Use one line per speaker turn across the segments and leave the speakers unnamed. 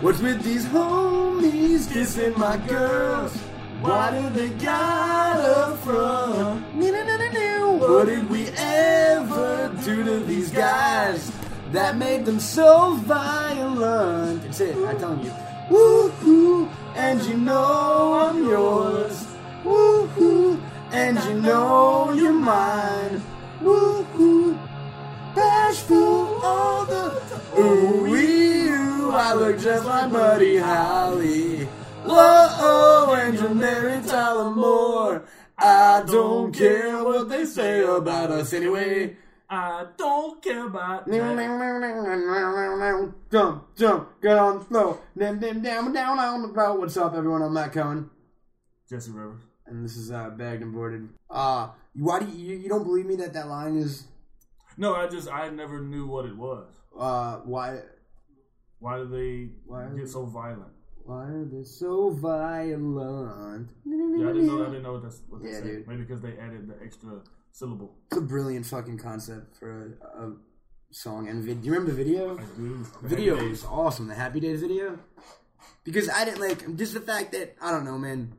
What's with these homies dissing my girls? Why do they got up from? What did we ever do to these guys that made them so violent? It's it, I tell you. Woohoo, and you know I'm yours. Woohoo, and you know you're mine. Woohoo, bashful all the ooh wee ooh. I look just like Buddy Holly. Whoa, and you're Oh, Mary Tyler Moore. I don't care what they say about us anyway.
I don't care about that.
Jump, jump, get on the floor. Down, down, down, down on the floor. What's up, everyone? I'm Matt Cohen,
Jesse Rivers.
and this is uh, Bagged and Boarded. Uh, why do you, you don't believe me that that line is
No, I just I never knew what it was.
uh why
Why do they
Why are
get so violent?
why are they so violent?
Yeah, I didn't know. I didn't know what that's what they
Yeah,
said.
dude.
Maybe because they added the extra syllable.
It's a brilliant fucking concept for a, a song and vid. Do you remember the video?
Dude,
video is awesome. The Happy Days video, because I didn't like just the fact that I don't know, man.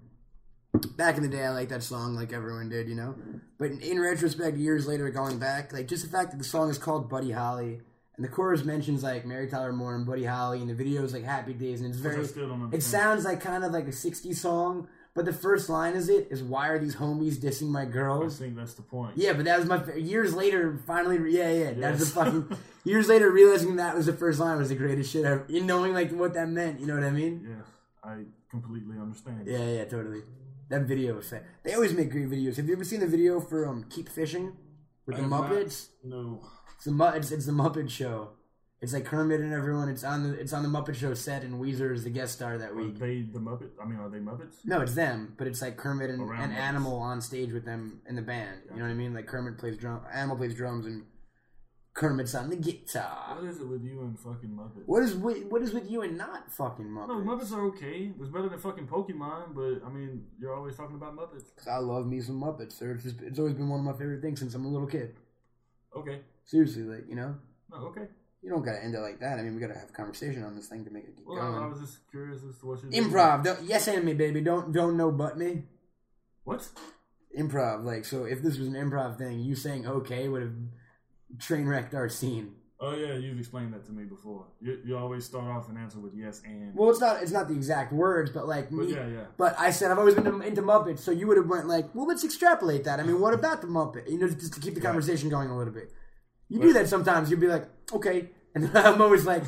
Back in the day, I liked that song like everyone did, you know. But in, in retrospect, years later, going back, like just the fact that the song is called Buddy Holly and the chorus mentions like Mary Tyler Moore and Buddy Holly, and the video is like Happy Days, and it's
I
very.
still don't
It
understand.
sounds like kind of like a '60s song, but the first line is it is Why are these homies dissing my
I
girls?
think that's the point.
Yeah, but that was my fa- years later. Finally, re- yeah, yeah, that's the
Yes.
fucking years later realizing that was the first line was the greatest shit ever. You knowing like what that meant, you know what I mean?
Yes, I completely understand.
Yeah, yeah, totally. That video was. Fa- they always make great videos. Have you ever seen the video for um Keep Fishing with
I
the
have not-
Muppets?
No.
It's the Mu- it's, it's the Muppet Show. It's like Kermit and everyone. It's on the it's on the Muppet Show set, and Weezer is the guest star that
Are
week.
they the Muppet? I mean, are they Muppets?
No, it's them, but it's like Kermit and,
Around
and
those.
Animal on stage with them in the band. You know what I mean? Like Kermit plays drum, Animal plays drums, and Kermit's on the guitar.
What is it with you and fucking Muppets?
What is with, what is with you and not fucking Muppets?
No, Muppets are okay. It's better than fucking Pokemon, but I mean, you're always talking about Muppets.
'Cause I love me some Muppets. They're just, it's always been one of my favorite things since I'm a little kid.
Okay.
Seriously, like you know,
No, okay.
you don't gotta end it like that. I mean, we gotta have a conversation on this thing to make it keep
Well,
going.
I, I was just curious as to what you
Improv, don't, yes and me, baby. Don't don't know but me.
What?
Improv, like so. If this was an improv thing, you saying okay would have train wrecked our scene.
Oh yeah, you've explained that to me before. You, you always start off an answer with yes and.
Well, it's not it's not the exact words, but like
but
me.
yeah, yeah.
But I said I've always been into Muppets, so you would have went like, well, let's extrapolate that. I mean, what about the Muppet? You know, just to keep the conversation going a little bit. You do that sometimes. You'd be like, okay, and then I'm always like,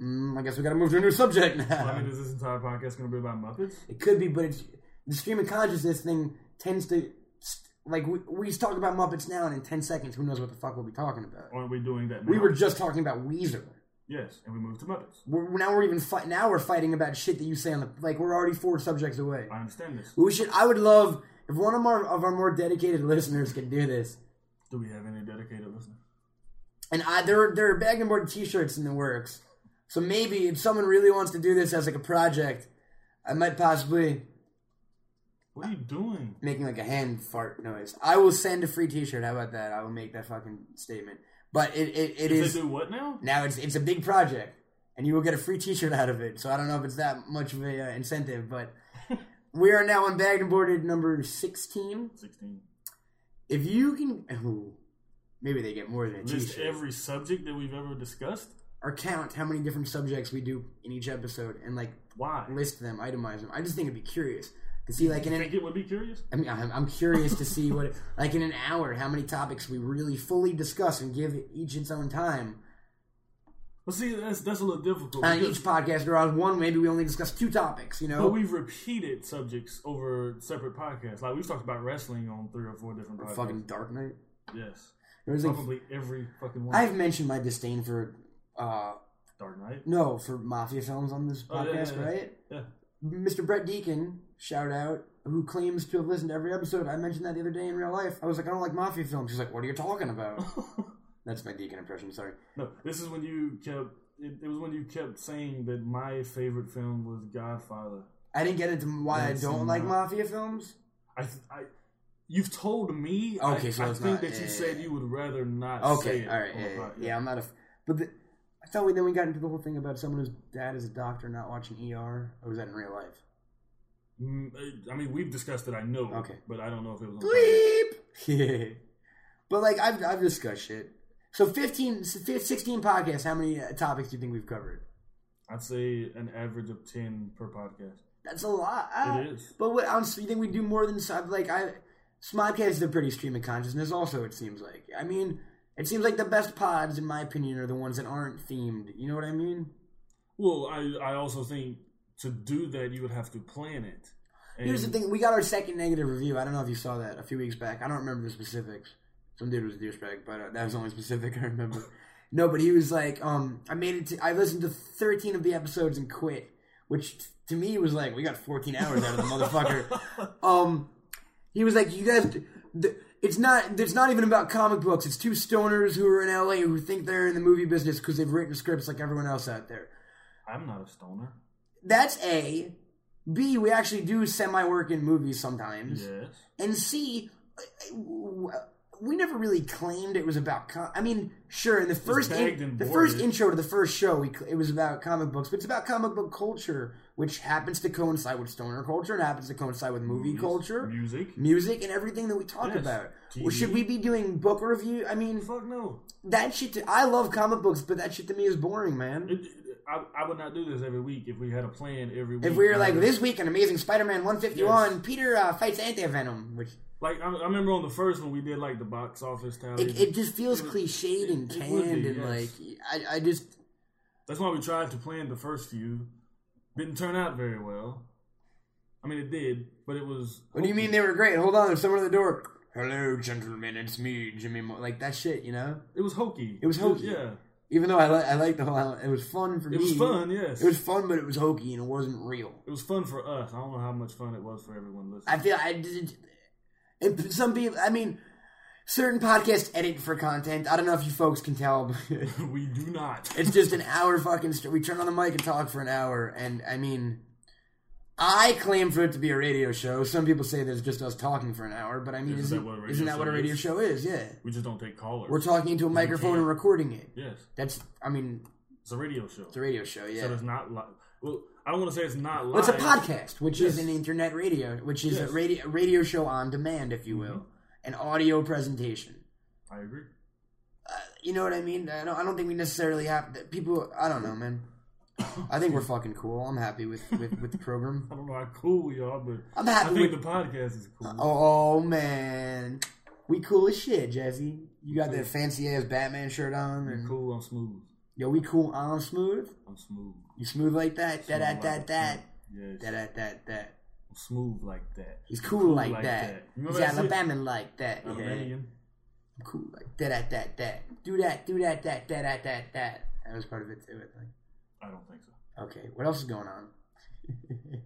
mm, I guess we got to move to a new subject
I mean,
now.
is this entire podcast going to be about Muppets?
It could be, but it's the stream of consciousness thing tends to like we, we talk about Muppets now, and in ten seconds, who knows what the fuck we'll be talking about?
Aren't we doing that? Now?
We were just talking about Weezer.
yes, and we moved to Muppets.
We're, now we're even fight, now we're fighting about shit that you say on the like we're already four subjects away.
I understand this.
We should. I would love if one of our of our more dedicated listeners could do this.
Do we have any dedicated listeners?
And I there are- there are bag and board T-shirts in the works. So maybe if someone really wants to do this as like a project, I might possibly
What are you doing?
making like a hand fart noise. I will send a free T-shirt. How about that? I will make that fucking statement. But it it, it
They
is
do what now?
now it's it's a big project, and you will get a free T-shirt out of it. So I don't know if it's that much of a uh, incentive, but. We are now on Bagged and Boarded number 16.
Sixteen.
If you can, ooh, maybe they get more than a
List
T-shirt.
every subject that we've ever discussed.
or count how many different subjects we do in each episode and like
Why?
list them, itemize them. I just think it'd be curious to see like in
Think
an.
it would be curious?
I mean, I'm, I'm curious to see what like in an hour how many topics we really fully discuss and give each its own time.
Well, see, that's that's a little difficult.
On
because-
each podcast, or on one, maybe we only discuss two topics. You know,
But we've repeated subjects over separate podcasts. Like we've talked about wrestling on three or four different podcasts.
fucking Dark Knight.
yes,
It was like,
probably every fucking one.
I've mentioned my disdain for uh
Dark Knight.
no for mafia films on this
Oh, yeah,
podcast,
yeah, yeah.
right?
Yeah.
Mr. Brett Deacon, shout out, who claims to have listened to every episode. I mentioned that the other day in real life. I was like, I don't like mafia films. He's like, What are you talking about? That's my Deacon impression. Sorry.
no, this is when you kept. It, it was when you kept saying that my favorite film was Godfather.
I didn't get into why
That's
I don't like
not-
mafia films.
I, th- I, you've told me.
Okay,
I,
so
I
it's
think
not-
that
yeah,
you
yeah,
said
yeah.
you would rather not. say
Okay,
it
all right,
on
yeah,
the
yeah,
podcast.
yeah, I'm not a. f- But the, I thought we then we got into the whole thing about someone whose dad is a doctor not watching ER, or was that in real life?
Mm, I- I mean, we've discussed it. I know.
Okay.
But I don't know if it was. On
Bleep. but like I've I've discussed shit. So 15, 16 podcasts. How many uh, topics do you think we've covered?
I'd say an average of ten per podcast.
That's a lot. Ah.
It is.
But what else? You think we do more than so- like I? Smodcast is a pretty stream of consciousness. Also, it seems like. I mean, it seems like the best pods, in my opinion, are the ones that aren't themed. You know what I mean?
Well, I I also think to do that you would have to plan it. And
Here's the thing: we got our second negative review. I don't know if you saw that a few weeks back. I don't remember the specifics. Some dude was a douchebag, but uh, that was the only specific I remember. no, but he was like, um, "I made it. To, I listened to 13 of the episodes and quit," which t- to me was like, "We got 14 hours out of the motherfucker." um, he was like, "You guys." Th- it's not. It's not even about comic books. It's two stoners who are in LA who think they're in the movie business because they've written scripts like everyone else out there.
I'm not a stoner.
That's A. B. We actually do semi work in movies sometimes
Yes.
and C, we never really claimed it was about. Com- I mean, sure, in the first
bagged
in,
and
the first
boarded.
intro to the first show, we, cl- it was about comic books, but it's about comic book culture, which happens to coincide with stoner culture and happens to coincide with movie
Movies,
culture,
Music.
music, and everything that we talk
Yes.
about.
TV.
Well, should we be doing book review? I mean,
Fuck no.
that shit. To, I love comic books, but that shit to me is boring, man.
It, I, I would not do this every week if we had a plan every week.
If we were
And-
like this week in Amazing Spider-Man 151, Peter uh, fights anti-venom, which
Like I, I remember on the first one we did like the box office tally.
it, it just feels cliched and
it would
canned
be,
and
yes.
like I, I just
That's why we tried to plan the first few. Didn't turn out very well. I mean, it did, but it was.
what do you mean they were great hold on there's someone at the door hello gentlemen it's me jimmy Mo-. like that shit you know
It was hokey.
It was hokey.
Yeah,
even though i, li- I like the whole it was fun for me
it was fun. Yes,
it was fun but it was hokey and it wasn't real
fun for us. I don't know how much fun it was for everyone listening.
i feel i didn't it, some people i mean certain podcasts edit for content i don't know if you folks can tell but
we do not.
It's just an hour fucking. St- we turn on the mic and talk for an hour, and I mean, I claim for it to be a radio show. Some people say that it's just us talking for an hour, but I mean,
Isn't
isn't,
that what a radio
isn't that what a
show
radio
is?
show is? Yeah,
We just don't take callers.
we're talking into a microphone and recording it.
yes,
That's, I mean,
it's a radio show.
it's a radio show. Yeah,
So it's not live. Well, I don't want to say it's not live.
Well, it's a podcast, which is
Yes.
an internet radio, which is
Yes. Mm-hmm.
a radio radio show on demand, if you will, an audio presentation.
I agree.
You know what I mean? I don't, I don't think we necessarily have that people. I don't know, man. I think we're fucking cool. I'm happy with with, with the program.
I don't know how cool we are, but
I'm
I
happy
think
with.
the podcast is cool.
Uh, oh man, we cool as shit, Jesse. You got that fancy ass Batman shirt on,
I'm
and
cool. I'm smooth.
yo, we cool. I'm smooth.
I'm smooth.
You smooth like that. Da da
Smooth
da
like
da
that. Yes.
da da da da.
I'm smooth like that.
He's cool like
like
that.
that. You
He's
remember that shit?
Alabama like that.
I'm
Yeah.
Romanian.
I'm cool like da da da da. Do that. Do that. That da da da da. That was part of it too. I think.
I don't think so.
Okay, what else is going on?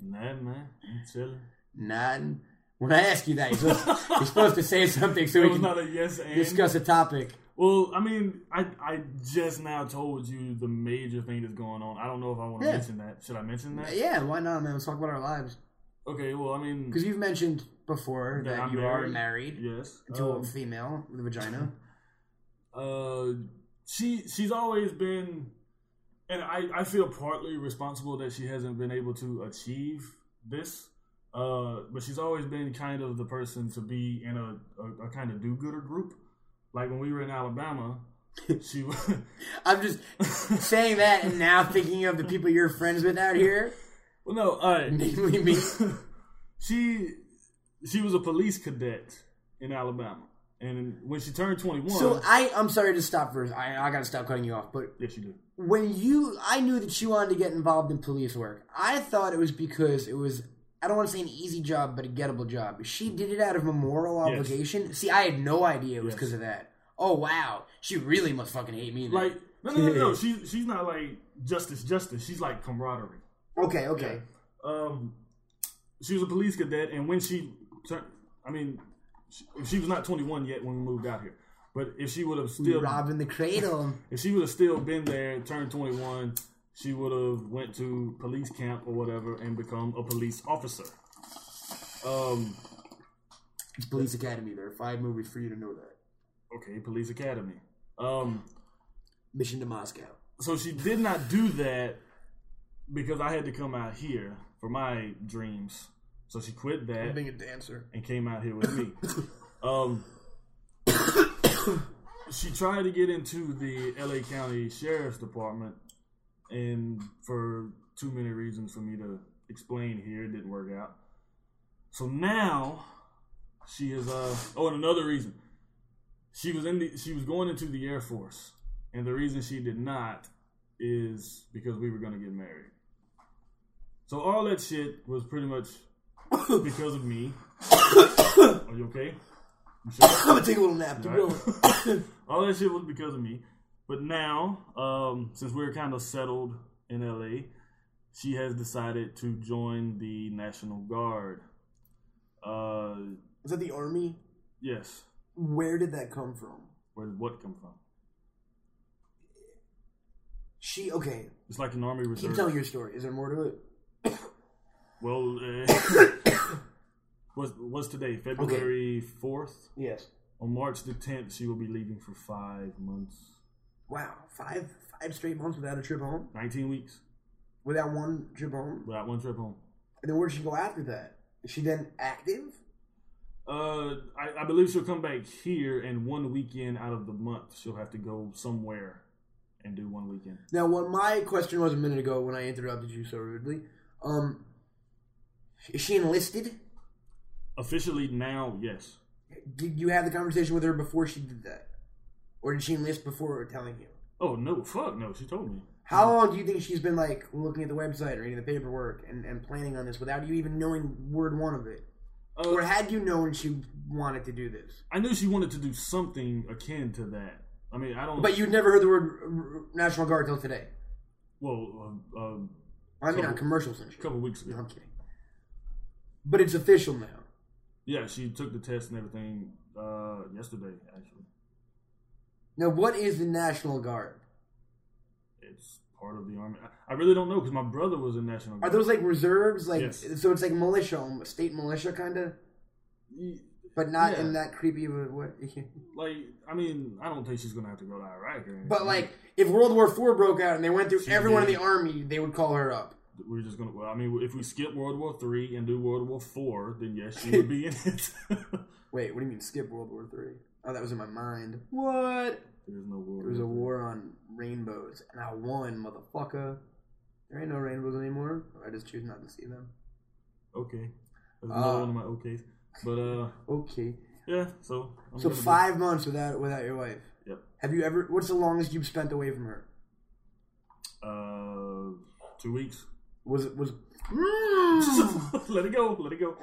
Nah, man. I'm chilling.
Nothing. When I ask you that, you're supposed, you're supposed to say something so
It
we
was
can
not a yes and.
discuss a topic.
Well, I mean, I I just now told you the major thing that's going on. I don't know if I want to
Yeah.
mention that. Should I mention that?
Yeah, why not, man? Let's talk about our lives.
Okay. Well, I mean,
Because you've mentioned before
That
that,
I'm
you are married
married. yes.
to a
um,
female with a vagina.
uh, she she's always been, and I I feel partly responsible that she hasn't been able to achieve this. Uh, but she's always been kind of the person to be in a a, a kind of do-gooder group. Like when we were in Alabama, she was.
I'm just saying that and now thinking of the people you're friends with out here,
well, no, all right.
namely me.
she she was a police cadet in Alabama, and when she turned twenty one,
So I, I'm sorry to stop first. I, I gotta stop cutting you off. But
yes, she did.
when you, I knew that you wanted to get involved in police work. I thought it was because it was, I don't want to say an easy job, but a gettable job. She did it out of a moral
Yes.
obligation. See, I had no idea it was
Yes.
because of that. Oh wow, she really must fucking hate me. Then.
Like no, no, no, no. She she's not like justice, justice. She's like camaraderie.
okay, okay.
Um, she was a police cadet, and when she turned, I mean, she, she was not twenty one yet when we moved out here. But if she would have still,
Robbing the cradle.
if she would have still been there, turned twenty one, she would have went to police camp or whatever and become a police officer. Um.
It's Police Academy. There are five movies for you to know that.
Okay, Police Academy. Um,
Mission to Moscow.
so she did not do that because I had to come out here for my dreams. So she quit that
being a dancer.
and came out here with me. um, she tried to get into the LA County Sheriff's Department, and for too many reasons for me to explain here, it didn't work out. So now she is. Uh, oh, and another reason she was in the, she was going into the Air Force, and the reason she did not is because we were going to get married. So all that shit was pretty much because of me. Are you okay? You sure?
I'm gonna take a little nap. To
All
really.
right. All that shit was because of me. But now, um, since we're kind of settled in LA, she has decided to join the National Guard. Uh,
Is that the army?
yes.
Where did that come from?
Where did what come from?
She okay.
It's like an army
Keep
Mm-hmm.
reserve.
telling your story. Is there more to it?
well, uh, was was today February fourth?
Yes.
On March the tenth, she will be leaving for five months,
Wow. Five five straight months without a trip home,
nineteen weeks
without one trip home,
without one trip home.
and then where did she go after that? Is she then active?
Uh, I, I believe she'll come back here, and one weekend out of the month, she'll have to go somewhere and do one weekend.
Now, what my question was a minute ago when I interrupted you so rudely, um, is she enlisted?
Officially now, yes.
Did you have the conversation with her before she did that, or did she enlist before telling you?
Oh no, fuck no. She told me.
How long do you think she's been like looking at the website or reading the paperwork and, and planning on this without you even knowing word one of it? Or
Uh,
had you known she wanted to do this?
I knew she wanted to do something akin to that. I mean, I don't.
But you'd never heard the word r- r- National Guard till today.
well, uh, uh,
I mean, on
Couple-
commercials and
a
shit.
couple weeks ago.
No, I'm kidding. But it's official now.
Yeah, she took the test and everything uh, yesterday. Actually,
Now, what is the National Guard?
it's part of the army. I, I really don't know because my brother was in National
Are
Guard.
those like reserves? Like,
Yes.
so it's like militia, um, state militia, kind of,
Ye-
but not in
Yeah.
that creepy of a way.
Like, I mean, I don't think she's gonna have to go to Iraq. Or anything.
But like, if World War IV broke out and they went through
Mm-hmm. She
everyone in
did.
the army, they would call her up.
we're just gonna. Well, I mean, if we skip World War Three and do World War Four, then yes, she would be in it.
Wait, what do you mean skip World War Three? Oh, that was in my mind. What?
There's no World
There was a
War
war on rainbows, and I won, motherfucker. There ain't no rainbows anymore. I just choose not to see them.
III. Okay, that's another
Uh,
one of my okays. But uh,
Okay.
yeah. So I'm
So
gonna be-
five months without without your wife.
Yep.
Have you ever? What's the longest you've spent away from her?
uh, two weeks.
Was it was?
let it go. Let it go.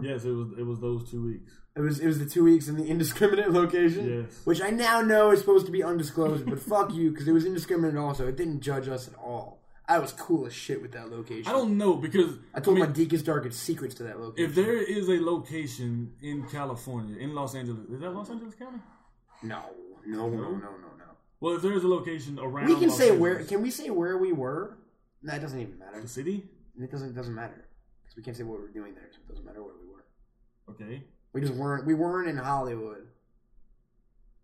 Yes, it was. It was those two weeks.
It was it was the two weeks in the indiscriminate location,
Yes.
which I now know is supposed to be undisclosed. but fuck you, because it was indiscriminate. Also, it didn't judge us at all. I was cool as shit with that location.
I don't know because
I told
mean,
my deepest darkest secrets to that location.
if there is a location in California, in Los Angeles, is that Los Angeles County?
No, no, no, no, no, no.
Well, if there is a location around,
We can
Los
say where.
Angeles-
Can we say where we were? That doesn't even matter.
the city.
It doesn't doesn't matter because we can't say what we were doing there. So it doesn't matter where we were.
Okay.
We just weren't. We weren't in Hollywood.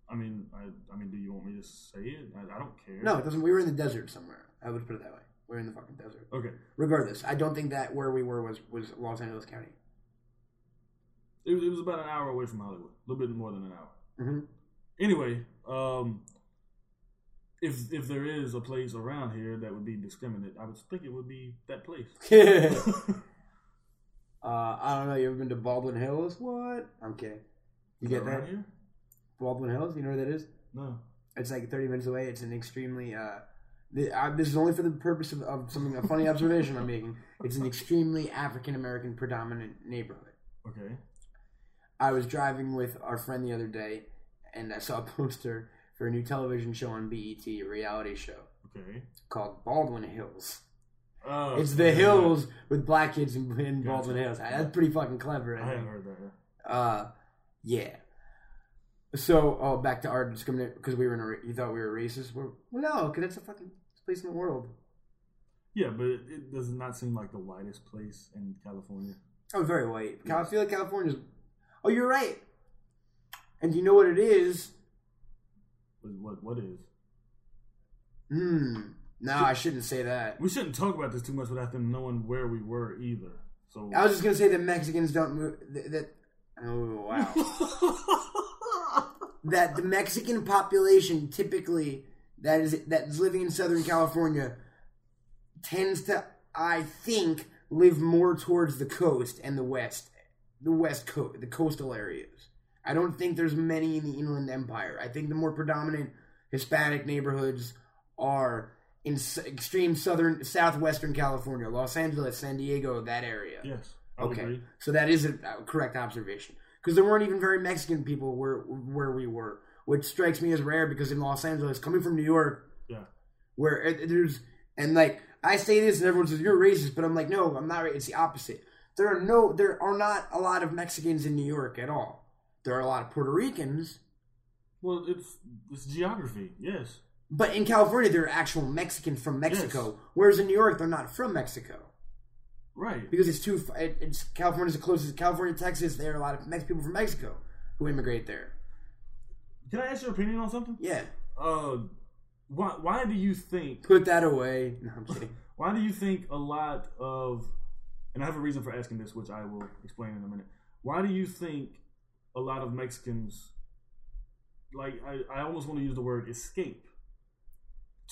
I mean, I, I mean, do you want me to say it? I, I don't care.
No, it doesn't. We were in the desert somewhere. I would put it that way. We were in the fucking desert.
Okay.
Regardless, I don't think that where we were was was Los Angeles County.
It, was- it was about an hour away from Hollywood, a little bit more than an hour.
Mm-hmm.
Anyway, um, if if there is a place around here that would be discriminate, I would think it would be that place.
uh, I don't know. You ever been to Baldwin Hills? What? Okay. You
Is
get
around
that?
here?
Baldwin Hills? You know where that is?
No.
It's like 30 minutes away. It's an extremely. Uh, the, uh, this is only for the purpose of, of something, a funny observation I'm making. It's an extremely African American predominant neighborhood.
Okay.
I was driving with our friend the other day, and I saw a poster for a new television show on BET, a reality show
Okay.
called Baldwin Hills.
Uh,
It's the hills with black kids in, in Baldwin Hills. That's pretty fucking clever.
I
I
haven't
think.
heard that.
Uh, yeah. So, oh, back to our discriminate because we were in a. ra- You thought we were racist? We're, well, no, because that's the fucking place in the world.
Yeah, but it, it does not seem like the whitest place in California.
Oh, very white. Cal- I feel like California's. Oh, you're right. And you know what it is?
What what, what is?
Hmm. No, I shouldn't say that.
We shouldn't talk about this too much without them knowing where we were either. So
I was just gonna say that Mexicans don't move. That, that oh wow. that the Mexican population typically that is that's living in Southern California tends to, I think, live more towards the coast and the west, the west coast, the coastal areas. I don't think there's many in the Inland Empire. I think the more predominant Hispanic neighborhoods are in s- extreme southern, southwestern California, Los Angeles, San Diego, that area.
yes, I would
Okay,
agree.
so that is a a correct observation because there weren't even very Mexican people where where we were, which strikes me as rare because in Los Angeles, coming from New York,
Yeah.
where it, there's and like I say this and everyone says you're racist, but I'm like no, I'm not. ra- It's the opposite. There are no, there are not a lot of Mexicans in New York at all. There are a lot of Puerto Ricans,
Well, it's it's geography. Yes,
but in California, there are actual Mexicans from Mexico.
Yes.
Whereas in New York, they're not from Mexico.
right.
because it's too. f- It, it's California's the closest. California, Texas. There are a lot of Mex people from Mexico who immigrate there.
Can I ask your opinion on something?
Yeah,
Uh, why why do you think
put that away. No, I'm kidding.
why do you think a lot of and I have a reason for asking this, which I will explain in a minute. Why do you think a lot of Mexicans like I, I almost want to use the word escape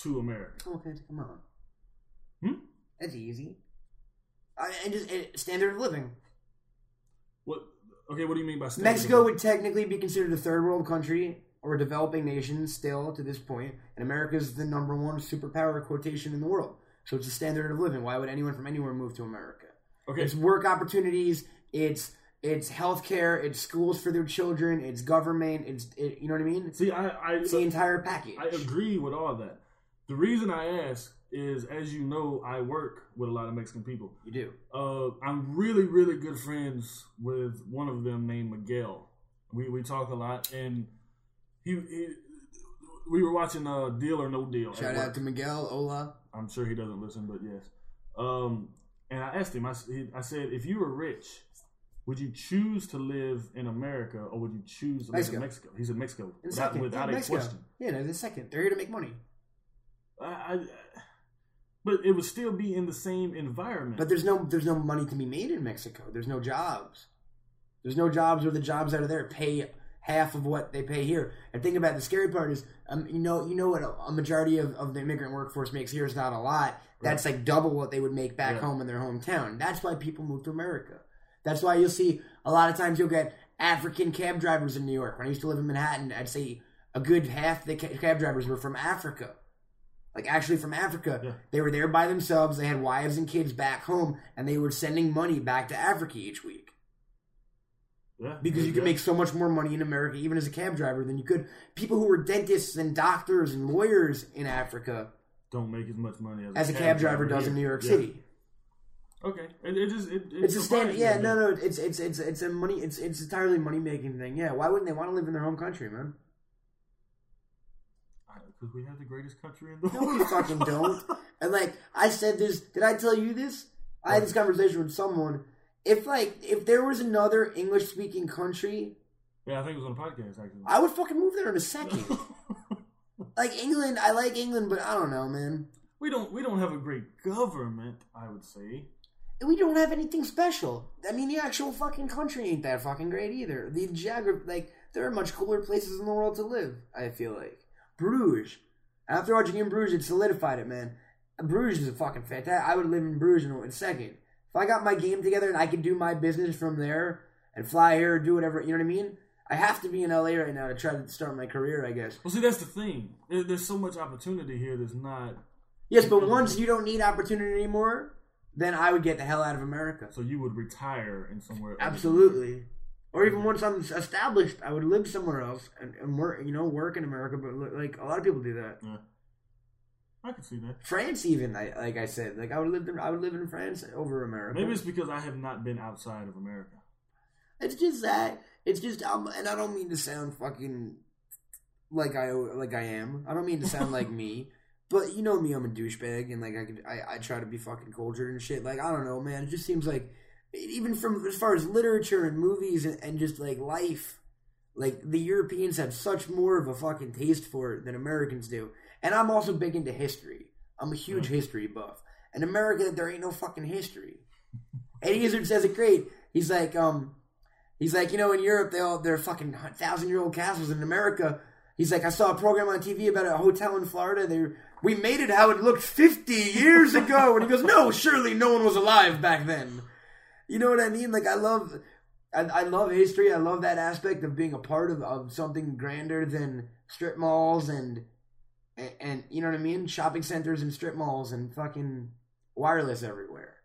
to America?
okay, come on.
Hmm?
That's easy. I, and just and standard of living.
What okay, what do you mean by standard
Mexico
of-
would technically be considered a third world country or a developing nation still to this point, and America is the number one superpower quotation in the world. So it's a standard of living. Why would anyone from anywhere move to America?
Okay,
It's work opportunities. It's it's healthcare. It's schools for their children. It's government. It's it, you know what I mean.
see I I,
It's the entire package.
I agree with all that. The reason I ask is as you know, I work with a lot of Mexican people.
You do.
Uh, I'm really, really good friends with one of them named Miguel. We we talk a lot, and he, he we were watching uh, Deal or No Deal. at
Shout
work.
out to Miguel Ola.
I'm sure he doesn't listen, but yes. Um, and I asked him. I, s- he- I said, if you were rich, would you choose to live in America or would you choose to live
Mexico.
in Mexico? He said Mexico
In
without,
second,
without
yeah,
a
Mexico.
question.
Yeah, no, the second. They're here to make money,
I, I, I- but it would still be in the same environment.
but there's no there's no money to be made in Mexico. There's no jobs. There's no jobs where the jobs out of there pay half of what they pay here. And think about it, the scary part is, um, you know, you know what a, a majority of, of the immigrant workforce makes here is not a lot. That's like double what they would make back
Right.
home in their hometown. That's why people move to America. That's why you'll see a lot of times you'll get African cab drivers in New York. When I used to live in Manhattan, I'd say a good half the ca- cab drivers were from Africa. Like actually from Africa,
Yeah.
they were there by themselves. They had wives and kids back home, and they were sending money back to Africa each week
yeah,
because you can
yeah.
make so much more money in America, even as a cab driver, than you could. People who were dentists and doctors and lawyers in Africa,
don't make as much money as,
as a cab driver does
here.
in New York
Yeah.
City.
Okay, it, it just it, it
It's a stand.
surprises
Yeah,
me.
no, no, it's it's it's it's a money. It's it's entirely money making thing. Yeah, why wouldn't they want to live in their home country, man?
Because we have the greatest country in the
No, you
world.
fucking don't. And like I said this, did I tell you this? I had this conversation with someone. If like if there was another English speaking country,
Yeah, I think it was on a podcast actually.
I would fucking move there in a second. like England, I like England, but I don't know, man.
we don't we don't have a great government. I would say
we don't have anything special. I mean, the actual fucking country ain't that fucking great either. The geography, like, there are much cooler places in the world to live. I feel like Bruges. After watching in Bruges, it solidified it, man. Bruges is a fucking fantastic. I would live in Bruges in a second if I got my game together and I could do my business from there and fly here or do whatever. You know what I mean? I have to be in LA right now to try to start my career, I guess.
well, see that's the thing. There, there's so much opportunity here that's not.
Yes, but once you don't need opportunity anymore, then I would get the hell out of America.
So you would retire in somewhere. other than-
Absolutely. Or even once I'm established, I would live somewhere else and, and work, you know, work in America. But li- like a lot of people do that.
I can see that.
France, even I, like I said, like I would live, in, I would live in France over America.
Maybe it's because I have not been outside of America.
it's just that. It's just, um, and I don't mean to sound fucking like I like I am. I don't mean to sound like me. But you know me, I'm a douchebag, and like I could, I, I try to be fucking cultured and shit. Like I don't know, man. It just seems like, even from as far as literature and movies and, and just like life, like the Europeans have such more of a fucking taste for it than Americans do. And I'm also big into history. I'm a huge history buff. In America, there ain't no fucking history. Eddie Izzard says it great. He's like, um, he's like, you know, in Europe, they all they're fucking thousand year old castles. In America, he's like, I saw a program on TV about a hotel in Florida. They were- we made it how it looked fifty years ago, and he goes, no, surely no one was alive back then. You know what I mean? Like I love, I, I love history. I love that aspect of being a part of, of something grander than strip malls and, and and you know what I mean, shopping centers and strip malls and fucking wireless everywhere.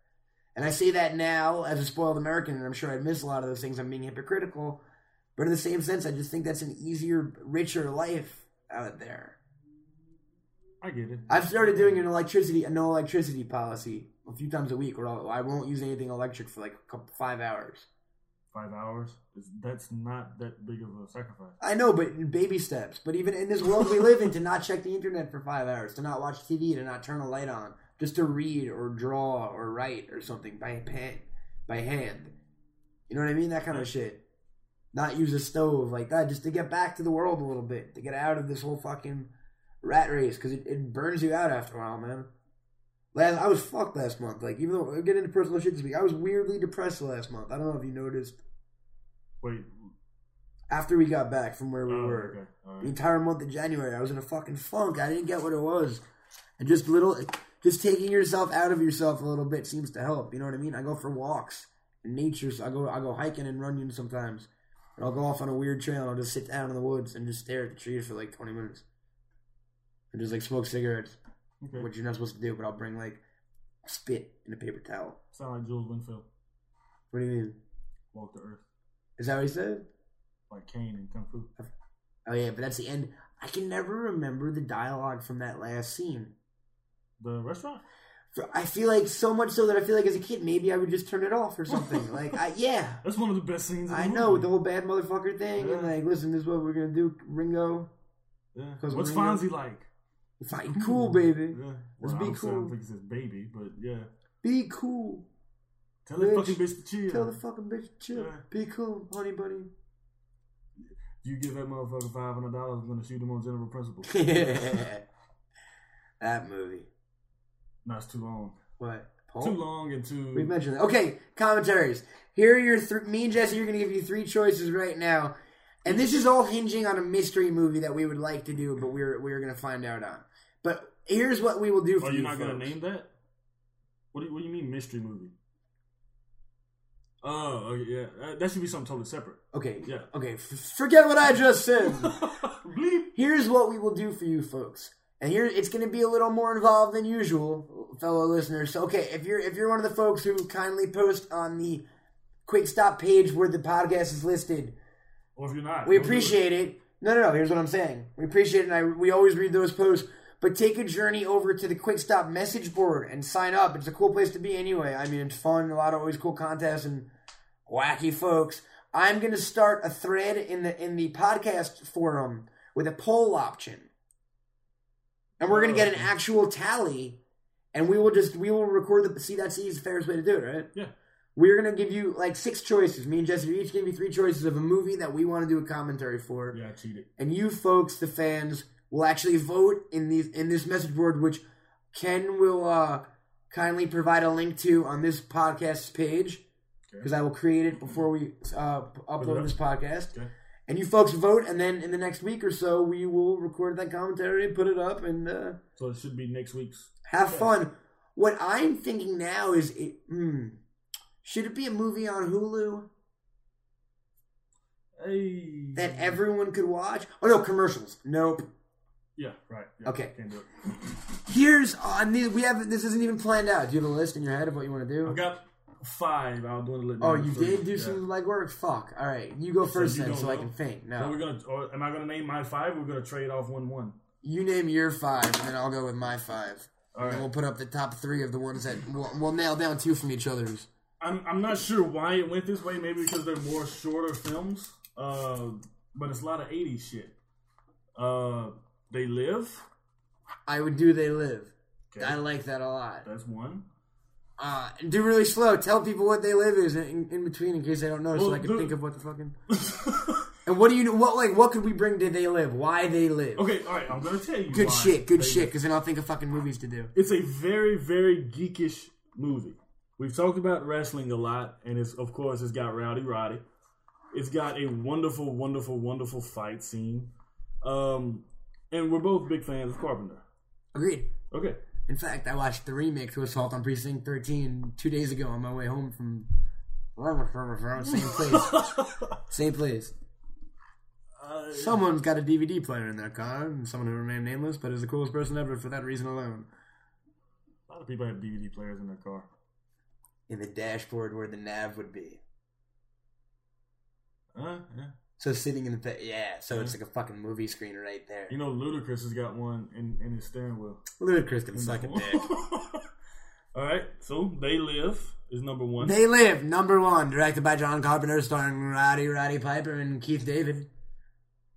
And I say that now as a spoiled American, and I'm sure I miss a lot of those things. I'm being hypocritical, but in the same sense, I just think that's an easier, richer life out there.
I get it.
I've started doing an electricity, a no electricity policy a few times a week, where I'll, I won't use anything electric for like a couple, five hours.
Five hours. It's- That's not that big of a sacrifice.
I know, but in baby steps. But even in this world we live in, to not check the internet for five hours, to not watch TV, to not turn a light on, just to read or draw or write or something by pen, by hand. You know what I mean? That kind of shit. Not use a stove like that, just to get back to the world a little bit, to get out of this whole fucking rat race, because it, it burns you out after a while, man. Last, I was fucked last month. Like, even though getting into personal shit this week, I was weirdly depressed last month. I don't know if you noticed.
Wait.
After we got back from where
Oh,
we were,
okay. All
the
right.
entire month of January. I was in a fucking funk. I didn't get what it was. And just little, just taking yourself out of yourself a little bit seems to help. You know what I mean? I go for walks in nature. So I go, I go hiking and running sometimes. And I'll go off on a weird trail. And I'll just sit down in the woods and just stare at the trees for like twenty minutes. And just like smoke cigarettes,
Okay.
which you're not supposed to do. But I'll bring like spit in a paper towel.
Sound like Jules Winfield.
What do you mean?
Walk the earth.
Is that what he said?
Like Kane and Kung Fu.
Oh yeah, but that's the end. I can never remember the dialogue from that last scene.
The restaurant?
For- I feel like so much so that I feel like as a kid maybe I would just turn it off or something. like I yeah,
That's one of the best scenes in the
I know with
movie.
the whole bad motherfucker thing and like listen, this is what we're gonna do, Ringo.
Yeah.
'Cause
What's
when you-
Fonzie like?
Fine, cool baby,
Mm-hmm. Yeah.
Let's
Well,
be
obviously I don't
cool.
think it's his baby, but yeah.
be cool.
Tell that
Bitch.
fucking bitch to chill.
Tell the fucking bitch to chill.
Yeah.
Be cool, honey bunny.
you give that motherfucker five hundred dollars, I'm gonna shoot him on general principle.
that movie.
no, it's too long.
What? Paul?
Too long and
Oh. We
too.
mentioned that. Okay, commentaries. Here are your thr me and Jesse are going to give you three choices right now, and this is all hinging on a mystery movie that we would like to do, but we're we're going to find out on. But here's what we will do for
Are
you.
you Oh, not gonna
folks.
name that? What do you, what do you mean mystery movie? Oh okay, yeah, that, that should be something totally separate.
Okay.
Yeah.
Okay. F- forget what I just said.
Bleep.
here's what we will do for you folks and here it's going to be a little more involved than usual fellow listeners so okay if you're if you're one of the folks who kindly post on the quick stop page where the podcast is listed
Or if you're not,
we
don't do it.
appreciate it no no no here's what i'm saying we appreciate it and I, we always read those posts but take a journey over to the quick stop message board and sign up it's a cool place to be anyway i mean it's fun a lot of always cool contests and wacky folks. I'm going to start a thread in the in the podcast forum with a poll option, and we're going to get an actual tally, and we will just we will record the see that's the easiest, fairest way to do it, right?
Yeah.
We're going to give you like six choices. Me and Jesse are each going to be three choices of a movie that we want to do a commentary for
Yeah, I cheated.
and you folks, the fans, will actually vote in these in this message board, which Ken will uh, kindly provide a link to on this podcast's page, because I will create it before we uh, p- upload
up.
this podcast.
Okay.
And you folks vote, and then in the next week or so, we will record that commentary, put it up, and uh,
So it should be next week's.
have fun. What I'm thinking now is, it, hmm, should it be a movie on Hulu
Hey.
that everyone could watch? Oh no, commercials. Nope.
Yeah. Right. yeah,
Okay.
Can't do it.
Here's on the we have this isn't even planned out. Do you have a list in your head of what you want to do?
I've got five. I'll do a little.
oh, you
three.
did do
Yeah.
some legwork. Fuck. All right, you go first
you
then,
don't
so I
know?
can think.
So
No,
we're gonna. Or am I gonna name my five? We're gonna trade off one one.
you name your five, and then I'll go with my five.
All
And
right.
we'll put up the top three of the ones that we'll, we'll nail down two from each other's.
I'm I'm not sure why it went this way. Maybe because they're more shorter films. Uh, but it's a lot of '80s shit. Uh, they live.
I would do they live.
Okay.
I like that a lot.
That's one.
Uh, and do really slow. Tell people what they live is in, in between, in case they don't know, so
Well,
I can
do-
think of what the fucking. And what do you what like? What could we bring to They Live? Why They Live?
Okay, all right, I'm gonna tell you.
Good
why
shit. Good
they-
shit. Because then I'll think of fucking movies to do.
It's a very, very geekish movie. We've talked about wrestling a lot, and it's of course it's got Rowdy Roddy. It's got a wonderful, wonderful, wonderful fight scene. Um, and we're both big fans of Carpenter.
Agreed.
Okay,
In fact, I watched the remake to Assault on Precinct 13 two days ago on my way home from same place, same place.
Uh,
Someone's got a DVD player in their car, and someone who remained nameless, but is the coolest person ever for that reason alone.
a lot of people have DVD players in their car.
In the dashboard where the nav would be.
Uh, yeah.
So sitting in the pa- yeah, so it's like a fucking movie screen right there.
You know, Ludacris has got one in, in his steering wheel.
Ludacris can suck a dick.
All right, so they live is number one.
They Live, number one, directed by John Carpenter, starring Roddy Roddy Piper and Keith David.
Is it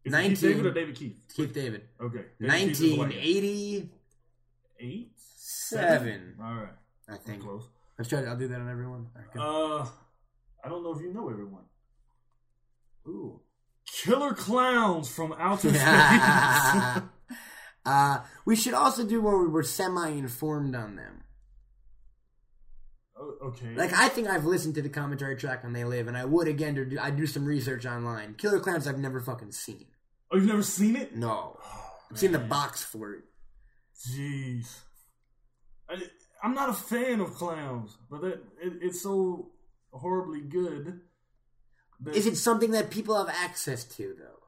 Keith
19.
David or David Keith?
Keith David.
Okay. David Keith is a white guy.
1987.
eight, All right,
I think.
close.
Let's try. I'll do that on everyone.
Uh, I don't know if you know everyone.
Ooh.
Killer clowns from outer Oh, space.
uh, we should also do where we were semi-informed on them.
O- okay.
Like I think I've listened to the commentary track on They Live, and I would again to do. I do some research online. Killer Clowns I've never fucking seen.
oh, you've never seen it?
No, I've seen the box for it.
Jeez. I, I'm not a fan of clowns, but that it, it's so horribly good. That
Is it something that people have access to though?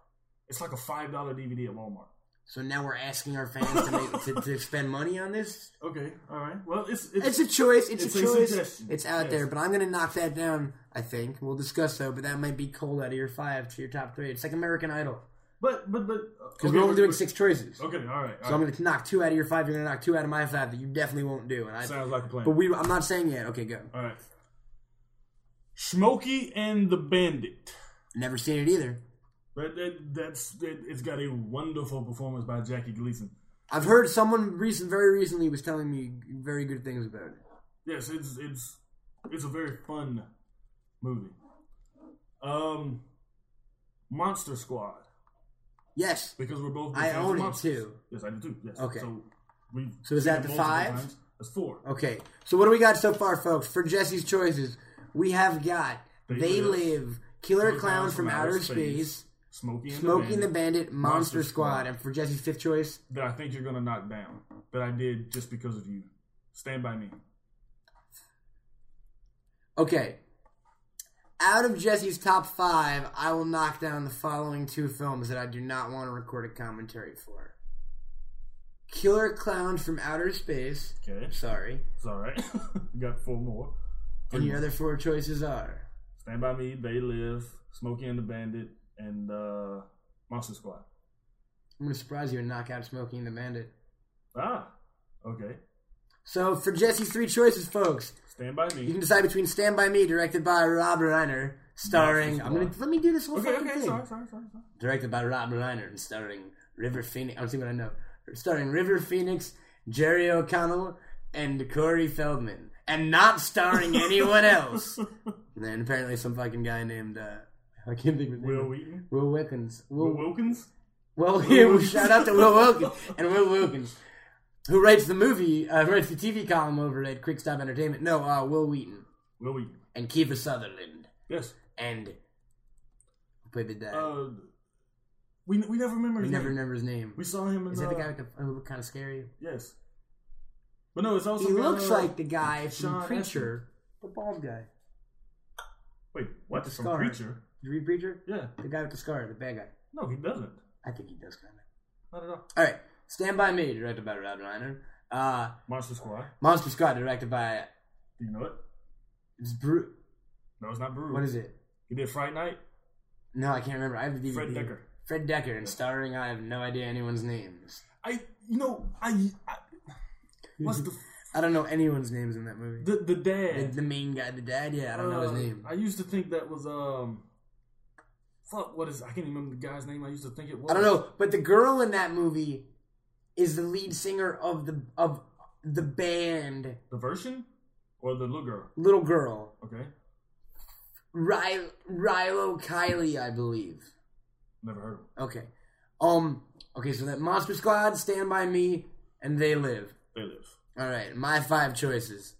It's like a five dollar DVD at Walmart.
So now we're asking our fans to, make, to, to spend money on this.
Okay. All right. Well, it's
It's a choice. It's,
It's
a
a
choice.
suggestion.
It's out
Yes.
there, but I'm gonna knock that down. I think we'll discuss though, but that might be cold out of your five to your top three. It's like American Idol
But but but
because we're only doing six choices.
Okay, all right.
So I'm gonna knock two out of your five. You're gonna knock two out of my five that you definitely won't do. And I,
Sounds like a plan.
but we, I'm not saying yet. Okay, go.
all right. Smokey and the Bandit.
Never seen it either.
But that, that's that, it's got a wonderful performance by Jackie Gleason.
I've heard someone recent, very recently, was telling me very good things about it.
Yes, it's it's it's a very fun movie. Um, Monster Squad
Yes.
because we're both. big
I
fans of
own it,
monsters.
too.
Yes, I do too. Yes.
Okay.
So we.
So is
seen
that
it
the
multiple
five?
times. That's four.
Okay. So what do we got so far, folks? For Jesse's choices, we have got They,
They
live,
Live,
Killer Clowns from Outer Space,
Smokey and
Smokey and
the
the
Bandit.
Bandit, Monster
Monster
Squad,
Squad.
and for Jesse's fifth choice,
that I think you're gonna knock down that I did just because of you. Stand by me.
Okay. Out of Jesse's top five, I will knock down the following two films that I do not want to record a commentary for Killer Clown from Outer Space.
Okay,
Sorry.
it's all right. you got four more.
And
Mm.
your other four choices are
Stand by me. They live. Smokey and the Bandit and uh, Monster Squad.
I'm going to surprise you and knock out Smokey and the Bandit.
Ah, okay.
So, for Jesse's three choices, folks,
Stand by
you
me.
can decide between Stand By Me, directed by Rob Reiner, starring. I'm gonna, let me do this whole
Okay,
fucking
okay.
thing.
Sorry, sorry, sorry, sorry.
directed by Rob Reiner and starring River Phoenix. I'll see what I know. Starring River Phoenix, Jerry O'Connell, and Corey Feldman, and not starring anyone else. And then apparently some fucking guy named uh, I can't think of his
Will
name.
Wheaton.
Will Wilkins. Will,
Will Wilkins.
well, here we shout out to Will Wilkins and Will Wilkins, who writes the movie, uh, writes the TV column over at Quick Stop Entertainment. No, uh, Will Wheaton
Will Wheaton.
and Kiefer Sutherland
Yes.
and who played the dad.
Uh, we we never remember.
we
his
never
name.
remember his name.
We saw him in.
Is that the
uh,
guy with the, who looked kind of scary?
Yes. But no, it's also.
He
got,
looks
uh,
like the guy from
Sean
Preacher, the bald guy.
Wait, what?
the
From
scar.
Preacher?
Did you read Preacher?
Yeah.
The guy with the scar, the bad guy.
No, he doesn't.
I think he does kind of.
Not at all.
All right, Stand by Me, directed by Rob Reiner. Uh,
Monster Squad.
Monster Squad, directed by
Do you know it?
it's Bru-
No, it's not Brew.
What is it?
He did Fright Night.
No, I can't remember. I have the DVD.
Fred Decker.
Fred Decker, and starring I have no idea anyone's names.
I, you know, I, I what's the
I don't know anyone's names in that movie.
the
The,
the dad?
the main guy, the dad. Yeah, I don't know his
Uh,
name.
I used to think that was um, fuck. What is? I can't remember the guy's name. I used to think it was.
I don't know, but the girl in that movie is the lead singer of the of the band
The version or the little girl.
Little Girl.
Okay.
Ry- Rilo Kiley, I believe.
Never heard of him.
Okay. Um. Okay, so that Monster Squad, Stand By Me, and They Live.
They live.
All right, my five choices.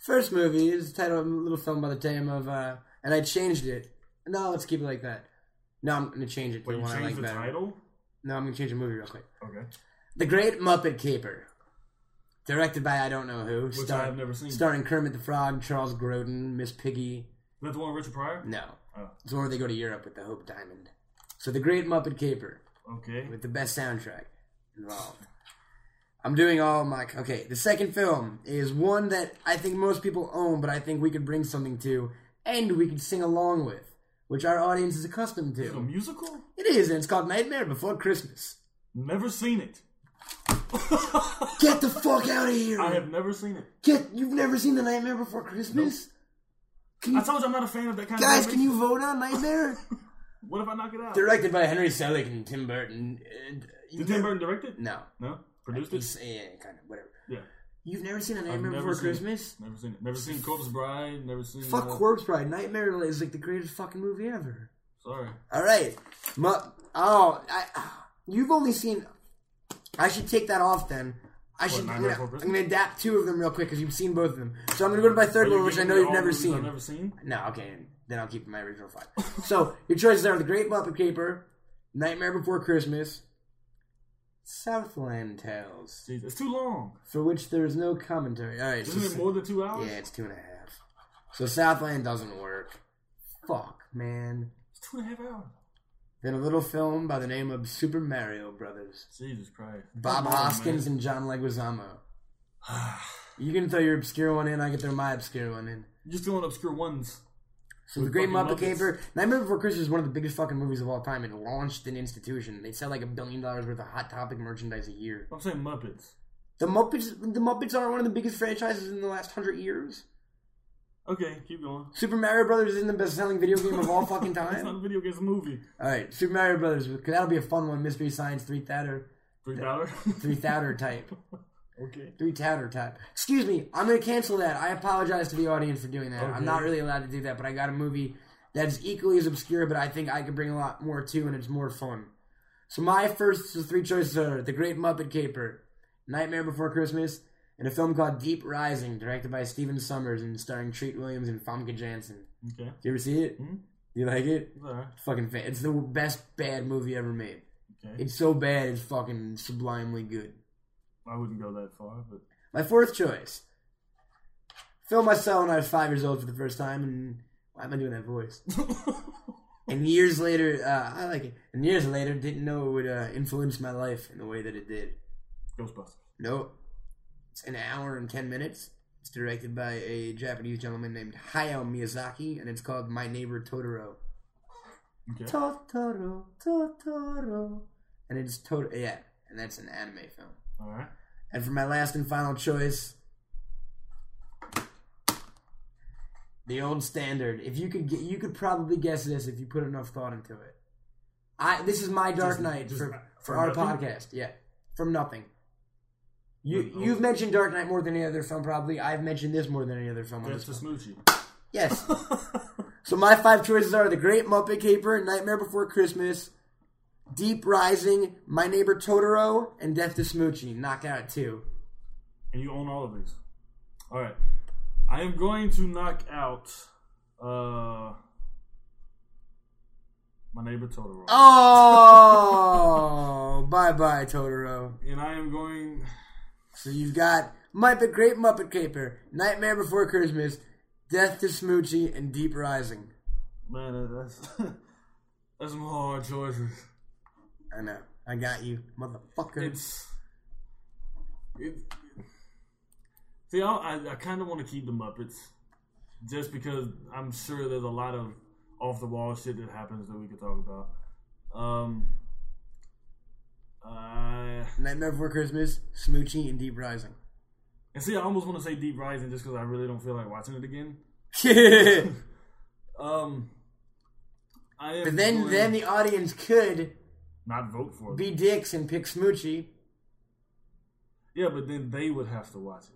First movie is the title of a little film by the name of, uh, and I changed it. No, let's keep it like that. No, I'm gonna change it to
Wait,
the
you
one I
changed
like
the
better.
title?
No, I'm gonna change the movie real quick.
Okay.
The Great Muppet Caper, directed by I don't know who,
Which I have never seen.
starring Kermit the Frog, Charles Grodin, Miss Piggy.
Is that the one with Richard Pryor?
No,
Oh.
it's the one where they go to Europe with the Hope Diamond. So, The Great Muppet Caper
Okay.
with the best soundtrack involved. I'm doing all my okay. The second film is one that I think most people own, but I think we could bring something to, and we could sing along with, which our audience is accustomed
A
to.
musical?
It is, and it's called Nightmare Before Christmas.
Never seen it.
Get the fuck out of here!
I have never seen it.
Get you've never seen the Nightmare Before Christmas,
I told you I'm not a fan of that kind
guys?
of
Can you vote on Nightmare?
What if I knock it out?
Directed by Henry Selick and Tim Burton. and-
Did Tim Burton direct it?
No,
No? Produced it?
He's- yeah, kind of whatever.
Yeah.
You've never seen a Nightmare
never
Before
seen it.
Christmas?
Never seen it. Never seen Corpse Bride. Never seen.
Fuck
uh,
Corpse Bride. Nightmare is like the greatest fucking movie ever.
Sorry.
All right. Mu- oh, I, ah, you've only seen. I should take that off then. I should.
Nightmare
I'm gonna,
Before
I'm
Christmas?
gonna adapt two of them real quick because you've seen both of them. So I'm gonna go to my third one, which I know you've never seen.
I've never seen.
No, okay. Then I'll keep my original five. so your choices are The Great Muppet Caper, Nightmare Before Christmas, Southland Tales,
Jeez, it's too long.
for which there is no commentary. All right. so
Isn't it more than two hours?
Yeah, it's two and a half. So Southland doesn't work. Fuck, man.
It's two and a half hours.
Then a little film by the name of Super Mario Brothers.
Jesus Christ.
Bob
Come on,
Hoskins
man.
and John Leguizamo. You can throw your obscure one in, I can throw my obscure one in.
You're still on obscure ones.
So The Great
fucking
Muppet
Muppets.
Caper. Nightmare Before Christmas is one of the biggest fucking movies of all time. It launched an institution. They sell like a billion dollars worth of Hot Topic merchandise a year.
I'm saying Muppets.
The Muppets the Muppets are one of the biggest franchises in the last hundred years.
Okay, keep going.
Super Mario Brothers isn't the best selling video game of all fucking time.
It's not a video game, it's a movie.
All right, Super Mario Brothers. 'cause that'll be a fun one. Mystery Science three thouter,
Three dollars.
three thouter type,
okay.
three touter type. Excuse me, I'm gonna cancel that. I apologize to the audience for doing that. I'm
Okay.
not really allowed to do that, but I got a movie that's equally as obscure, but I think I could bring a lot more to, and it's more fun. So my first three choices are The Great Muppet Caper, Nightmare Before Christmas, and a film called Deep Rising, directed by Steven Summers and starring Treat Williams and Famke Janssen.
Okay.
Do you ever see it?
Mhm.
You like it?
It's alright.
Fucking fan. It's the best bad movie ever made.
Okay.
It's so bad, it's fucking sublimely good.
I wouldn't go that far, but
My fourth choice. Film I saw when I was five years old for the first time, and why am I doing that voice? and years later, uh, I like it. And years later, didn't know it would uh, influence my life in the way that it did.
Ghostbusters.
Nope. It's an hour and ten minutes. It's directed by a Japanese gentleman named Hayao Miyazaki, and it's called My Neighbor Totoro.
Okay.
Totoro, Totoro. And it's Totoro, yeah, and that's an anime film.
Alright.
And for my last and final choice, the old standard. If you could get, you could probably guess this if you put enough thought into it. I this is my Dark
Just-
Knight
just
for,
not-
for
from
our
nothing?
podcast. Yeah, from nothing. You
From-
you've mentioned Dark Knight more than any other film probably. I've mentioned this more than any other film. On
That's
this
the smoochie.
Yes. so my five choices are The Great Muppet Caper, Nightmare Before Christmas, Deep Rising, My Neighbor Totoro, and Death to Smoochie. Knock out two.
And you own all of these. Alright. I am going to knock out uh my neighbor Totoro.
Oh, bye bye Totoro.
And I am going
So you've got Muppet Great Muppet Caper, Nightmare Before Christmas, Death to Smoochie, and Deep Rising.
man, that- that's that's some hard choices.
I know. I got you, motherfucker.
It's it, See, I, I, I kind of want to keep the Muppets, just because I'm sure there's a lot of off the wall shit that happens that we could talk about. Um, uh,
Nightmare Before Christmas, Smoochie, and Deep Rising.
and see, I almost want to say Deep Rising just because I really don't feel like watching it again.
but
Um, I am
then,
going-
then the audience could
not vote for it.
be dicks and pick Smoochie,
yeah, but then they would have to watch it.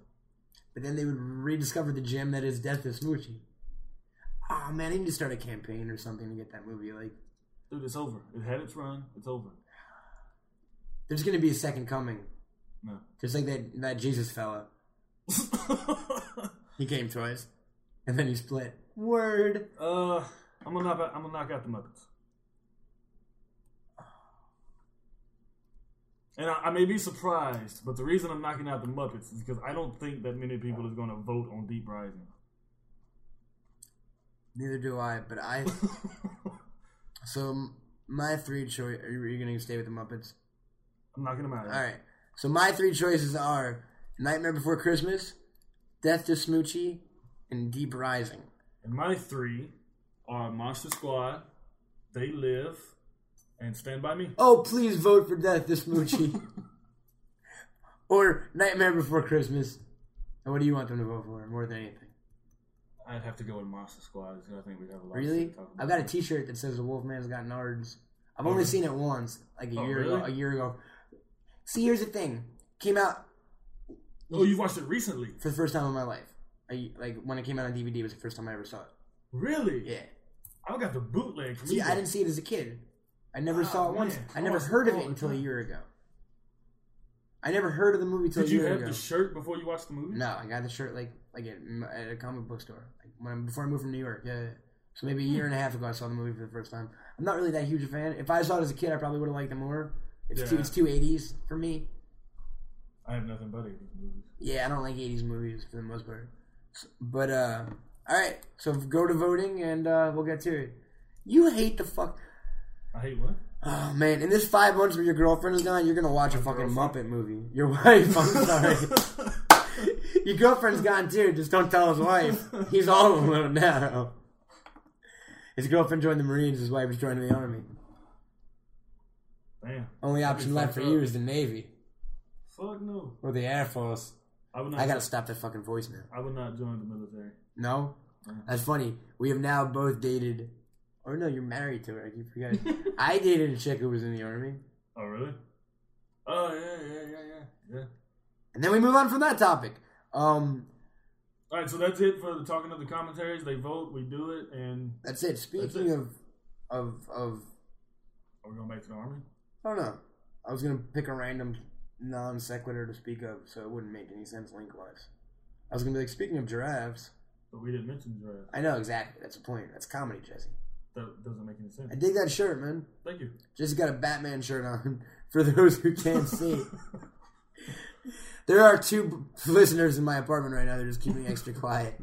but then they would rediscover the Ah, gem that is Death to Smoochie. Oh man, I need to start a campaign or something to get that movie like
dude, it's over. It had its run. It's over.
There's gonna be a second coming.
No.
Just like that that Jesus fella. He came twice, and then he split. Word.
uh, I'm gonna knock out, I'm gonna knock out the Muppets. And I, I may be surprised, but the reason I'm knocking out the Muppets is because I don't think that many people is gonna vote on Deep Rising.
Neither do I, but I. so m- my three choice. Are you, are you gonna stay with the Muppets?
I'm knocking them out.
All right. So my three choices are Nightmare Before Christmas, Death to Smoochie, and Deep Rising.
And my three are Monster Squad, They Live, and Stand By Me.
Oh, please vote for Death to Smoochie. or Nightmare Before Christmas. And what do you want them to vote for more than anything?
I'd have to go with Monster Squad because I think we have a lot. Of
Really?
shit to talk about.
I've got a T-shirt that says the Wolfman's got nards. I've only seen it once, like a
Oh,
year ago.
really?
A year ago. See, here's the thing. Came out
Oh, you watched it recently?
for the first time in my life. I, like when it came out on DVD, it was the first time I ever saw it.
Really?
Yeah.
I got the bootleg from
See,
eBay.
I didn't see it as a kid. I never
Ah,
saw it once.
man.
I never
Oh,
heard of
oh,
it until a
okay.
year ago. I never heard of the movie till a
Did you
year
have
ago.
the shirt before you watched the movie?
no, I got the shirt like like at, m- at a comic book store like when I, before I moved from New York. Yeah, yeah. so maybe a year and a half ago I saw the movie for the first time. I'm not really that huge a fan. If I saw it as a kid, I probably would have liked it more. It's two
Yeah.
it's two eighties for me.
I have nothing but 80s movies.
Yeah, I don't like eighties movies for the most part. S- But uh, all right, so go to voting and uh, we'll get to it. You hate the fuck.
I hate what?
Oh man, in this five months where your girlfriend is gone, you're gonna watch a fucking Muppet movie. Your wife, I'm sorry. your girlfriend's gone too, just don't tell his wife. He's all alone now. His girlfriend joined the Marines, his wife is joining the Army.
Damn.
Only option left for you is the Navy
Fuck no.
or the Air Force.
I would not.
I gotta stop that fucking voice now.
I would not join the military.
No? That's funny. We have now both dated. Or no, you're married to her. I keep forgetting. I dated a chick who was in the Army.
Oh really? Oh yeah, yeah, yeah, yeah, yeah.
And then we move on from that topic. Um,
All right, so that's it for the talking of the commentaries. They vote, we do it, and
That's it. Speaking
it.
of, of, of,
are we going back to the army?
I don't know. I was gonna pick a random non sequitur to speak of, so it wouldn't make any sense link wise. I was gonna be like, speaking of giraffes,
But we didn't mention giraffe.
I know exactly. That's the point. That's comedy, Jesse.
That doesn't make any
I
sense.
dig that shirt, man.
Thank you.
Jesse got a Batman shirt on. For those who can't see, there are two b- listeners in my apartment right now. They're just keeping extra quiet.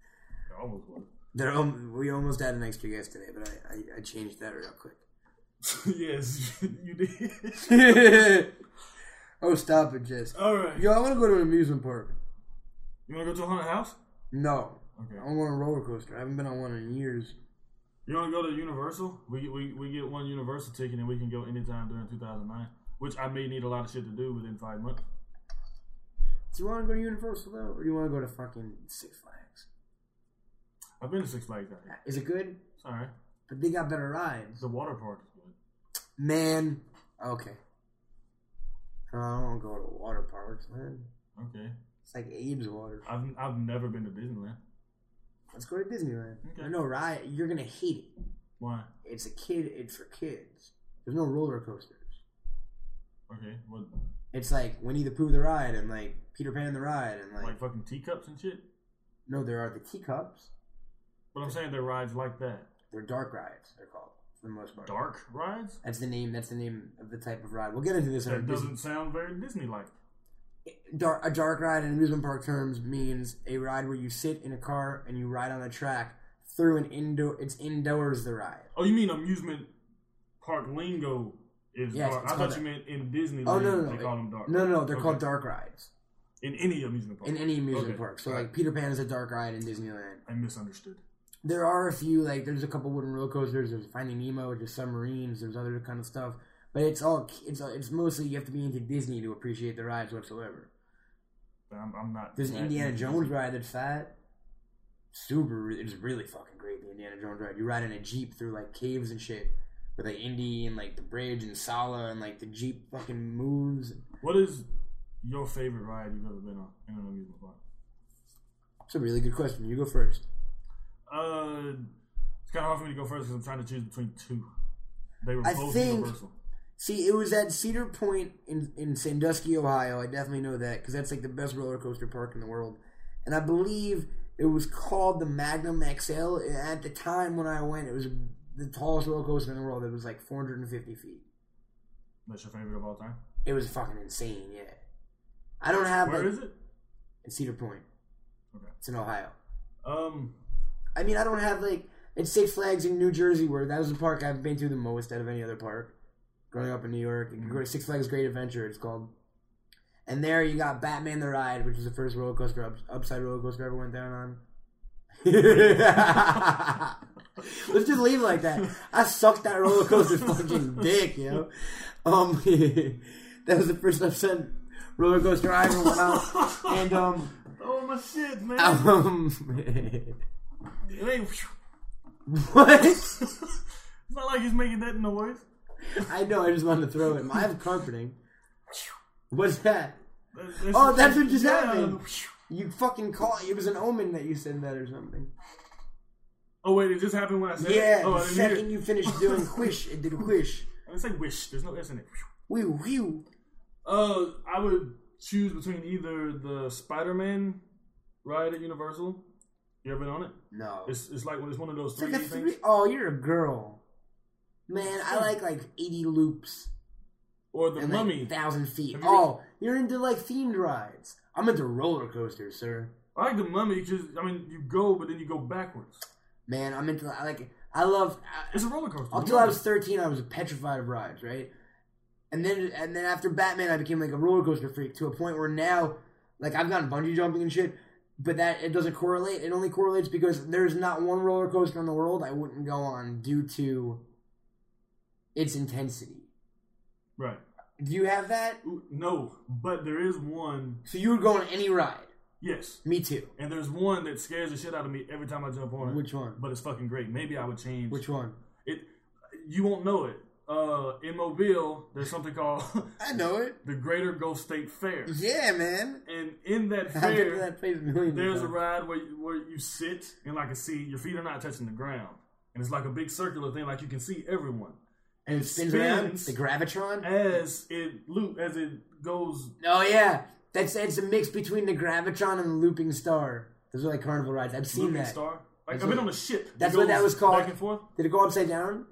I almost was.
They're om- we almost had an extra guest today, but I, I, I changed that real quick.
yes, you did.
oh, stop it, Jess.
All right.
Yo, I want to go to an amusement park.
You want to go to a haunted house?
No,
Okay.
I want to go on a roller coaster. I haven't been on one in years.
You want to go to Universal? We, we we get one Universal ticket and we can go anytime during 2009, which I may need a lot of shit to do within five months.
Do you want to go to Universal though, or do you want to go to fucking Six Flags?
I've been to Six Flags. out here.
Is it good?
It's all right.
But they got better rides.
The water park is good.
Man, okay. I don't want to go to water parks, man.
Okay.
It's like Abe's water.
I've I've never been to Disneyland.
Let's go to Disneyland.
Okay.
There's no ride. You're gonna hate it.
Why?
It's a kid. It's for kids. There's no roller coasters.
Okay. What?
It's like Winnie the Pooh the ride and like Peter Pan the ride and like
Like fucking teacups and shit.
no, there are the teacups.
But I'm saying they're rides like that.
They're dark rides. They're called for the most part.
Dark rides.
That's the name. That's the name of the type of ride. We'll get into this. in our
That
Disney-
doesn't sound very Disney-like.
Dar a dark ride in amusement park terms means a ride where you sit in a car and you ride on a track through an indoor. It's indoors the ride.
Oh, you mean amusement park lingo is
Yes,
dark?
it's
I
called
thought you meant in Disneyland.
Oh no, no, no!
they call them dark.
No, no, no, they're
Okay.
called dark rides
in any amusement park.
in any amusement
Okay.
park. So
All right.
like Peter Pan is a dark ride in Disneyland.
I misunderstood.
There are a few like there's a couple wooden roller coasters. There's Finding Nemo, which is submarines. There's other kind of stuff, but it's all it's it's mostly you have to be into Disney to appreciate the rides whatsoever.
I'm, I'm not.
There's an
that
Indiana
into
Jones
Disney.
ride that's fat. Super, it's really fucking great. The Indiana Jones ride. You ride in a jeep through like caves and shit with like Indy and like the bridge and Sala and like the jeep fucking moves.
What is your favorite ride you've ever been on in an amusement park?
It's a really good question. You go first.
Uh, it's kind of hard for me to go first because I'm trying to choose between two. They were
I
both
think-
universal.
See, it was at Cedar Point in, in Sandusky, Ohio. I definitely know that because that's like the best roller coaster park in the world. And I believe it was called the Magnum XL. And At the time when I went, it was the tallest roller coaster in the world. It was like 450 feet.
That's your favorite of all time.
It was fucking insane, yeah. I don't have
Where
like,
is it?
in Cedar Point.
Okay.
It's in Ohio.
Um,
I mean, I don't have like it's Six Flags in New Jersey, where that was the park I've been to the most out of any other park. Growing up in New York, you go to Six Flags Great Adventure, it's called. And there you got Batman the Ride, which was the first roller coaster up, upside roller coaster I ever went down on. Let's just leave it like that. I sucked that roller coaster fucking dick, you know. Um, that was the first upside roller coaster I ever went on, and um,
oh my shit, man.
um,
It ain't, it's
what?
not like he's making that noise.
I know. I just wanted to throw it. I have carpeting. What's that?
That- that's-
Oh, that's what just
Yeah.
happened. You fucking caught. It was an omen that you said that or something.
Oh wait, it just happened when I said. it?
Yeah.
Oh, I
the
didn't hear
second
it.
you finished doing quish, it did a quish.
I say wish. There's no s in it.
Wee wee.
Uh, I would choose between either the Spider-Man ride at Universal. You ever been on it?
No.
It's it's like it's one of those
It's like
three
a
D
three
things.
oh, you're a girl. Man, I like like eighty loops
Or the
and
Mummy.
like thousand feet.
Have you
Oh, you're into like themed rides. I'm into roller coasters, sir.
I like the Mummy because I mean you go, but then you go backwards.
Man, I'm into I like I love
It's a roller coaster.
Until I was 13, I was petrified of rides, right? And then, and then after Batman, I became like a roller coaster freak to a point where now, like I've gotten bungee jumping and shit, but that it doesn't correlate. It only correlates because there's not one roller coaster in the world I wouldn't go on due to its intensity.
right.
Do you have that?
Ooh, No, but there is one.
So you would go on any ride.
Yes,
Me too.
and there's one that scares the shit out of me every time I jump on it.
Which one?
But it's fucking great. Maybe I would change.
Which one?
It. You won't know it. Uh, in Mobile, there's something called
I know it.
the Greater Gulf State Fair,
Yeah, man.
and in that
I've been to
fair,
that place a million
there's a
times.
ride where you, where you sit and like a seat, your feet are not touching the ground, and it's like a big circular thing, like you can see everyone.
and it spins, around
spins.
the gravitron.
As it loop, as it goes
Oh yeah, that's it's a mix between the Gravitron and the Looping Star. Those are like carnival rides. I've seen
looping
that.
star. Like
That's
I've been
what-
on a ship.
that's what that
goes
was called.
Back and forth.
Did it go upside down?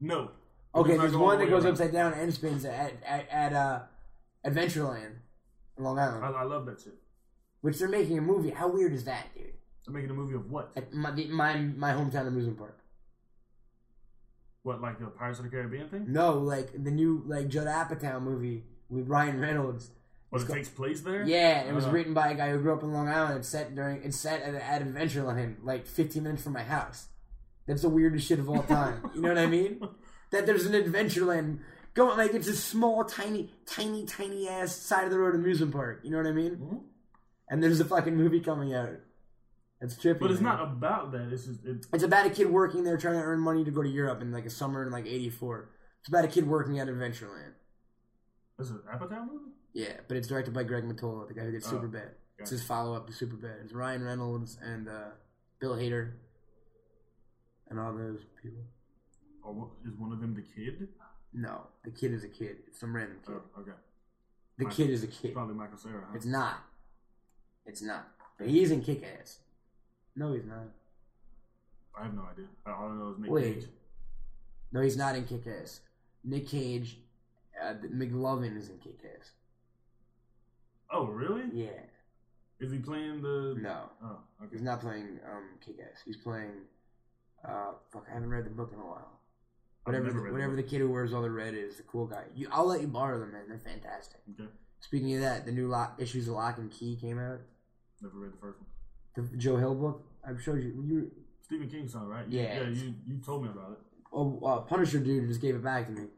No.
Okay,
It's not
there's
going
one
all
that
the
goes
way
upside down and spins at at, at uh, Adventureland, in Long
around.
Island,
I, I love that shit.
which they're making a movie. How weird is that, dude?
They're making a movie of what?
At my the- my, my hometown amusement park.
What like the Pirates of the Caribbean thing?
No, like the new like Judd Apatow movie with Ryan Reynolds.
What it
called-
takes place there?
Yeah, it was
Uh,
written by a guy who grew up in Long Island. It's set during it's set at, at Adventureland, like 15 minutes from my house. That's the weirdest shit of all time. you know what I mean? That there's an Adventureland going like it's a small, tiny, tiny, tiny ass side of the road amusement park. You know what I mean?
Mhm.
And there's a fucking movie coming out. That's trippy.
But it's
man.
not about that. It's just it,
It's about a kid working there trying to earn money to go to Europe in like a summer in like '84. It's about a kid working at Adventureland.
it's an Apatow movie.
Yeah, but it's directed by Greg Matola, the guy who did
Oh,
Superbad. It's his follow up to Superbad. It's Ryan Reynolds and uh, Bill Hader and all those people.
Or what- is one of them the kid?
No, the kid is a kid. It's some random kid.
Oh, okay.
the
my-
kid is a kid.
Probably Michael Sarah. Huh?
It's not. It's not. But he's in Kick Ass. No, he's not.
I have no idea. I- All I know is Nick
Wait.
Cage.
No, he's not in Kick Ass. Nick Cage, uh, McLovin is in Kick Ass.
Oh really?
Yeah.
Is he playing the?
No,
Oh okay.
he's not playing um, Kick Ass. He's playing. Uh, fuck, I haven't read the book in a while.
I've
Whatever,
never
the,
read
whatever the kid who wears all the red is, the cool guy. You, I'll let you borrow them, man. They're fantastic.
book. Okay.
Speaking of that, the new lock, issues of Lock and Key came out.
Never read the first one.
The Joe Hill book. I've showed you. you
Stephen King song, right? You-
Yeah.
Yeah. You you told me about it.
oh, uh, Punisher dude just gave it back to me.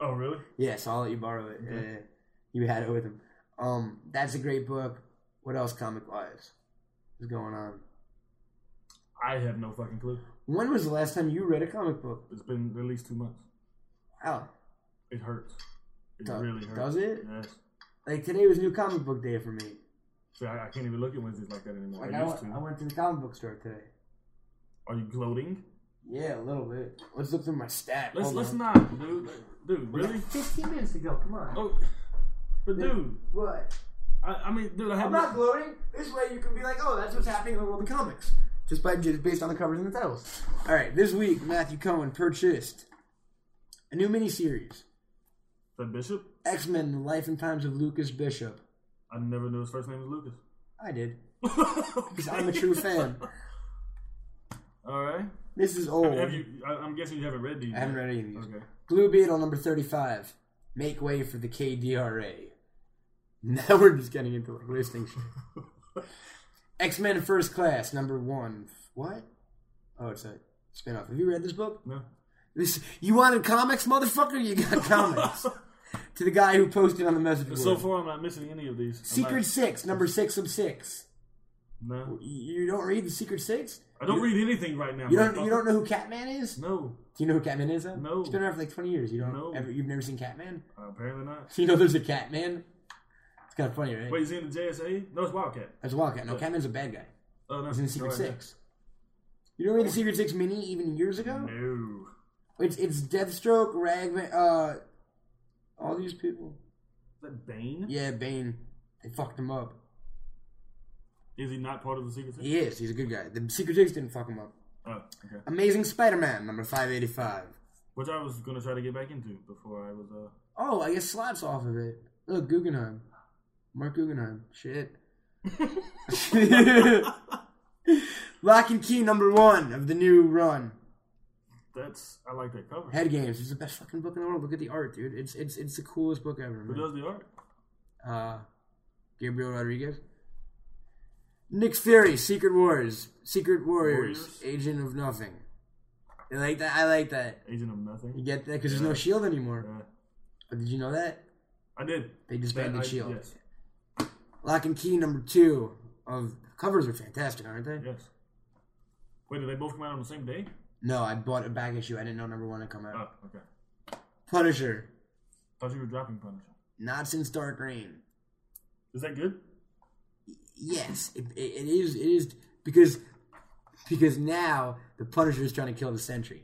Oh really?
yeah, so I'll let you borrow it.
Okay.
Uh, you had it with him. Um, that's a great book. What else comic wise is going on?
I have no fucking clue.
When was the last time you read a comic book?
It's been at least two months.
Oh,
It hurts. It
Do-
really hurts.
does it?
Yes.
like today was new comic book day for me.
See, I, I can't even look at Wednesdays like that anymore.
Like
I
I,
used
went, I
to.
went to the comic book store today.
Are you gloating?
Yeah, a little bit. Let's look through my stat.
Let's
Hold
let's
on.
not, dude. Dude,
We got
really?
15 minutes to go. Come on.
Oh, but dude,
What?
I, I mean, dude, I have
I'm not gloating. This way you can be like, oh, that's what's happening in the world of comics. Just by just based on the covers and the titles. All right, this week Matthew Cohen purchased a new miniseries,
the Bishop.
X Men: The Life and Times of Lucas Bishop.
I never knew his first name was Lucas.
I did because I'm a true fan.
All right.
This is old.
Have you? I, I'm guessing you haven't read these.
I haven't read any of these.
Okay.
Blue Beetle number 35. Make way for the KDRA. Now we're just getting into like listing shit. X Men First Class number one. What? Oh, it's a spinoff. Have you read this book?
No.
This you wanted comics, motherfucker? You got comics. to the guy who posted on the message board.
So far, I'm not missing any of these. I'm
Secret
not-
Six number six of six.
No.
You don't read the Secret Six?
I don't read anything right now.
You don't.
motherfucker.
You don't know who Catman is? Do
No.
you know who Catman is? Though?
oh. No.
It's been around for like twenty years. You don't.
No.
Ever, you've never seen Catman?
Uh, apparently not.
You know there's a Catman? It's kind of funny, right?
Wait, is he in the JSA? No, it's Wildcat.
That's Wildcat. No, Catman's a bad guy.
Oh, no.
He's in Secret
Right.
Six. You don't read the Secret Six mini even years ago?
Mm-hmm. No.
It's, it's Deathstroke, Ragman, uh, all these people.
Is that Bane?
Yeah, Bane. They fucked him up.
Is he not part of the Secret Six?
He is. He's a good guy. The Secret Six didn't fuck him up.
Oh, okay.
Amazing Spider-Man, number 585.
Which I was going to try to get back into before I was, uh...
Oh, I guess Slap's off of it. Look, Guggenheim. Mark Guggenheim. Shit. Lock and Key, number one of the new run.
That's... I like that cover.
Head Games is the best fucking book in the world. Look at the art, dude. It's it's it's the coolest book ever.
Who
Man.
does the art?
Uh, Gabriel Rodriguez. Nick Fury, Secret Wars, Secret Warriors,
Warriors.
Agent of Nothing. I like that. I like that.
Agent of
You
Nothing.
get that because there's no Shield E anymore.
Uh,
But did you know that
I did.
they disbanded
That I-
Shield?
Yes.
E Lock and Key number two of covers are fantastic, aren't they?
Yes. Wait, did they both come out on the same day?
No, I bought a back issue. I didn't know number one had come out.
Oh, okay.
Punisher,
Thought you were dropping Punisher.
not since Dark Reign.
Is that good?
Yes, it, it, it is. It is because because now the Punisher is trying to kill the Sentry,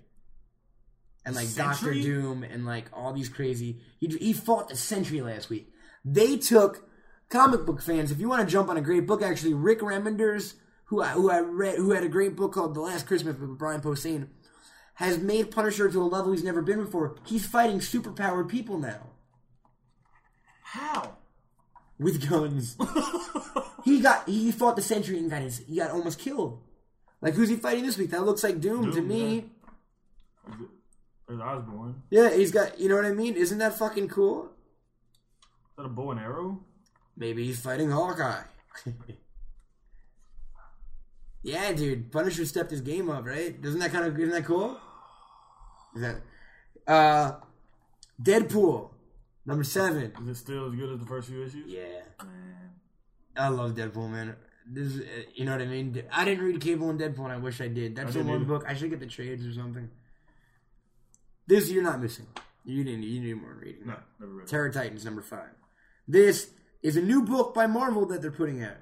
and like Doctor
Sentry?
Doom, and like all these crazy. He he fought the Sentry last week. They took comic book fans. If you want to jump on a great book, actually, Rick Remenders, who I, who I read, who had a great book called The Last Christmas by Brian Posehn, has made Punisher to a level he's never been before. He's fighting superpowered people now
How?
with guns. he got he fought the sentry and got his he got almost killed. Like who's he fighting this week? That looks like Doom, to
Doom,
me.
Is it, there's Osborne.
Yeah, he's got you know what I mean? Isn't that fucking cool?
Is that a bow and arrow?
Maybe he's fighting Hawkeye. yeah, dude, Punisher stepped his game up, right? Doesn't that kind of isn't that cool? Is that uh Deadpool, number seven.
Is it still as good as the first few issues?
Yeah.
Man.
I love Deadpool, man. This, is, uh, you know what I mean. I didn't read Cable and Deadpool, and I wish I did. That's the
didn't
one
either.
book I should get the trades or something. This you're not missing. You didn't. You need more reading.
No, never read it.
Terror Titans number five. This is a new book by Marvel that they're putting out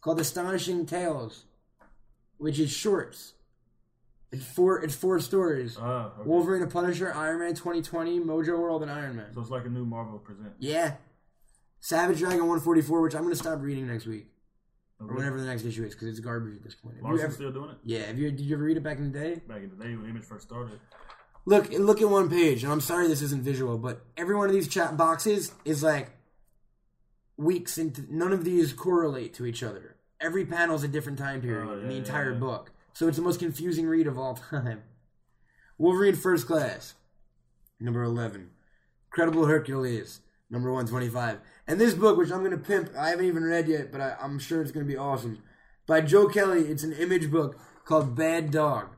called Astonishing Tales, which is shorts. It's four. It's four stories.
Ah, okay.
Wolverine, and Punisher, Iron Man 2020, Mojo World, and Iron Man.
So it's like a new Marvel present.
Yeah. Savage Dragon 144, which I'm going to stop reading next week. Or
Okay.
whenever the next issue is, because it's garbage at this point. Have you
Larson's
ever-
still doing it?
yeah, have you, did you ever read it back in the day?
Back in the day when Image first started.
Look, look at one page, and I'm sorry this isn't visual, but every one of these chat boxes is like weeks, and none of these correlate to each other. Every panel's a different time period
Oh, yeah,
in the
yeah,
entire
yeah.
book, so it's the most confusing read of all time. Wolverine First Class, number 11. Incredible Hercules, number 125. And this book, which I'm going to pimp, I haven't even read yet, but I, I'm sure it's going to be awesome. By Joe Kelly, it's an image book called Bad Dog.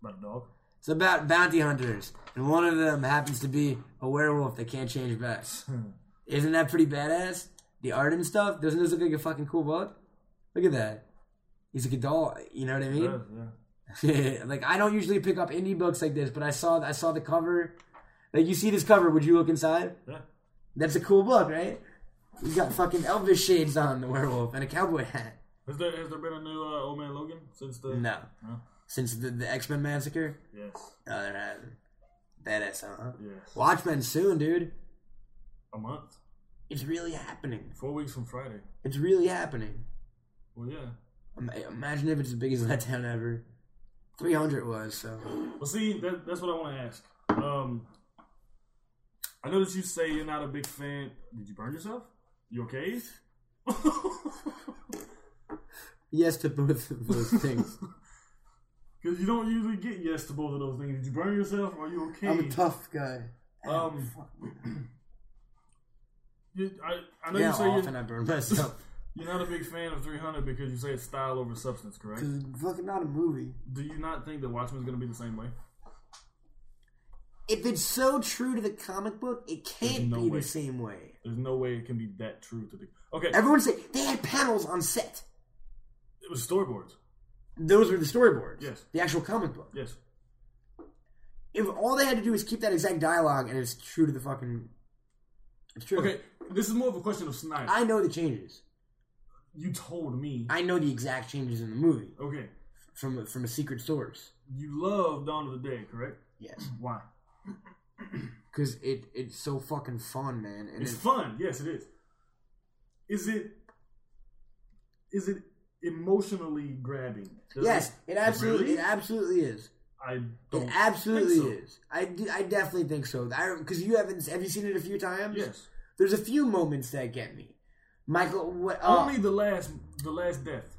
About a dog.
It's about bounty hunters, and one of them happens to be a werewolf that can't change back. Isn't that pretty badass? The art and stuff doesn't this look like a fucking cool book? Look at that. He's like a doll. You know what I
Yeah,
mean?
yeah.
like I don't usually pick up indie books like this, but I saw I saw the cover. Like you see this cover, would you look inside?
Yeah.
That's a cool book, right? He's got fucking Elvis shades on the werewolf and a cowboy hat.
Has there has there been a new uh, Old Man Logan since the
No.
No?
since the, the X Men massacre.
Yes.
Oh, they're having badass, huh?
Yes.
Watchmen soon, dude.
A month.
It's really happening.
Four weeks from Friday.
It's really happening.
Well, yeah.
Im- Imagine if it's the biggest letdown ever. 300 was, so.
Well, see, that, that's what I want to ask. Um, I know that you say you're not a big fan. Did you burn yourself? You okay? Because
Yes to both of those things.
you don't usually get yes to both of those things. Did you burn yourself? Are you okay?
I'm a tough guy.
um, you, I, I know
yeah,
you say
often
you're,
I burn myself.
you're not a big fan of 300 because you say it's style over substance, correct?
Because it's fucking not a movie.
Do you not think that Watchmen's going to be the same way?
if it's so true to the comic book, it can't
no
be
way.
the same way.
There's no way it can be that true to the. Okay,
Everyone said they had panels on set.
it was storyboards.
Those were the storyboards.
Yes.
The actual comic book.
Yes.
If all they had to do is keep that exact dialogue and it's true to the fucking. It's true.
Okay, this is more of a question of Snyder.
I know the changes.
you told me.
I know the exact changes in the movie
okay,
from from a secret source.
you love Dawn of the Dead, correct?
Yes.
Why?
Because it it's so fucking fun, man. And
It's
it,
fun. Yes, it is. Is it? Is it emotionally grabbing? Does
yes, it absolutely
Really?
it absolutely is.
I don't.
It absolutely
think so.
is. I, do- I definitely think so. Because you haven't have you seen it a few times?
Yes.
There's a few moments that get me. Michael, what? Uh,
Only the last, the last death.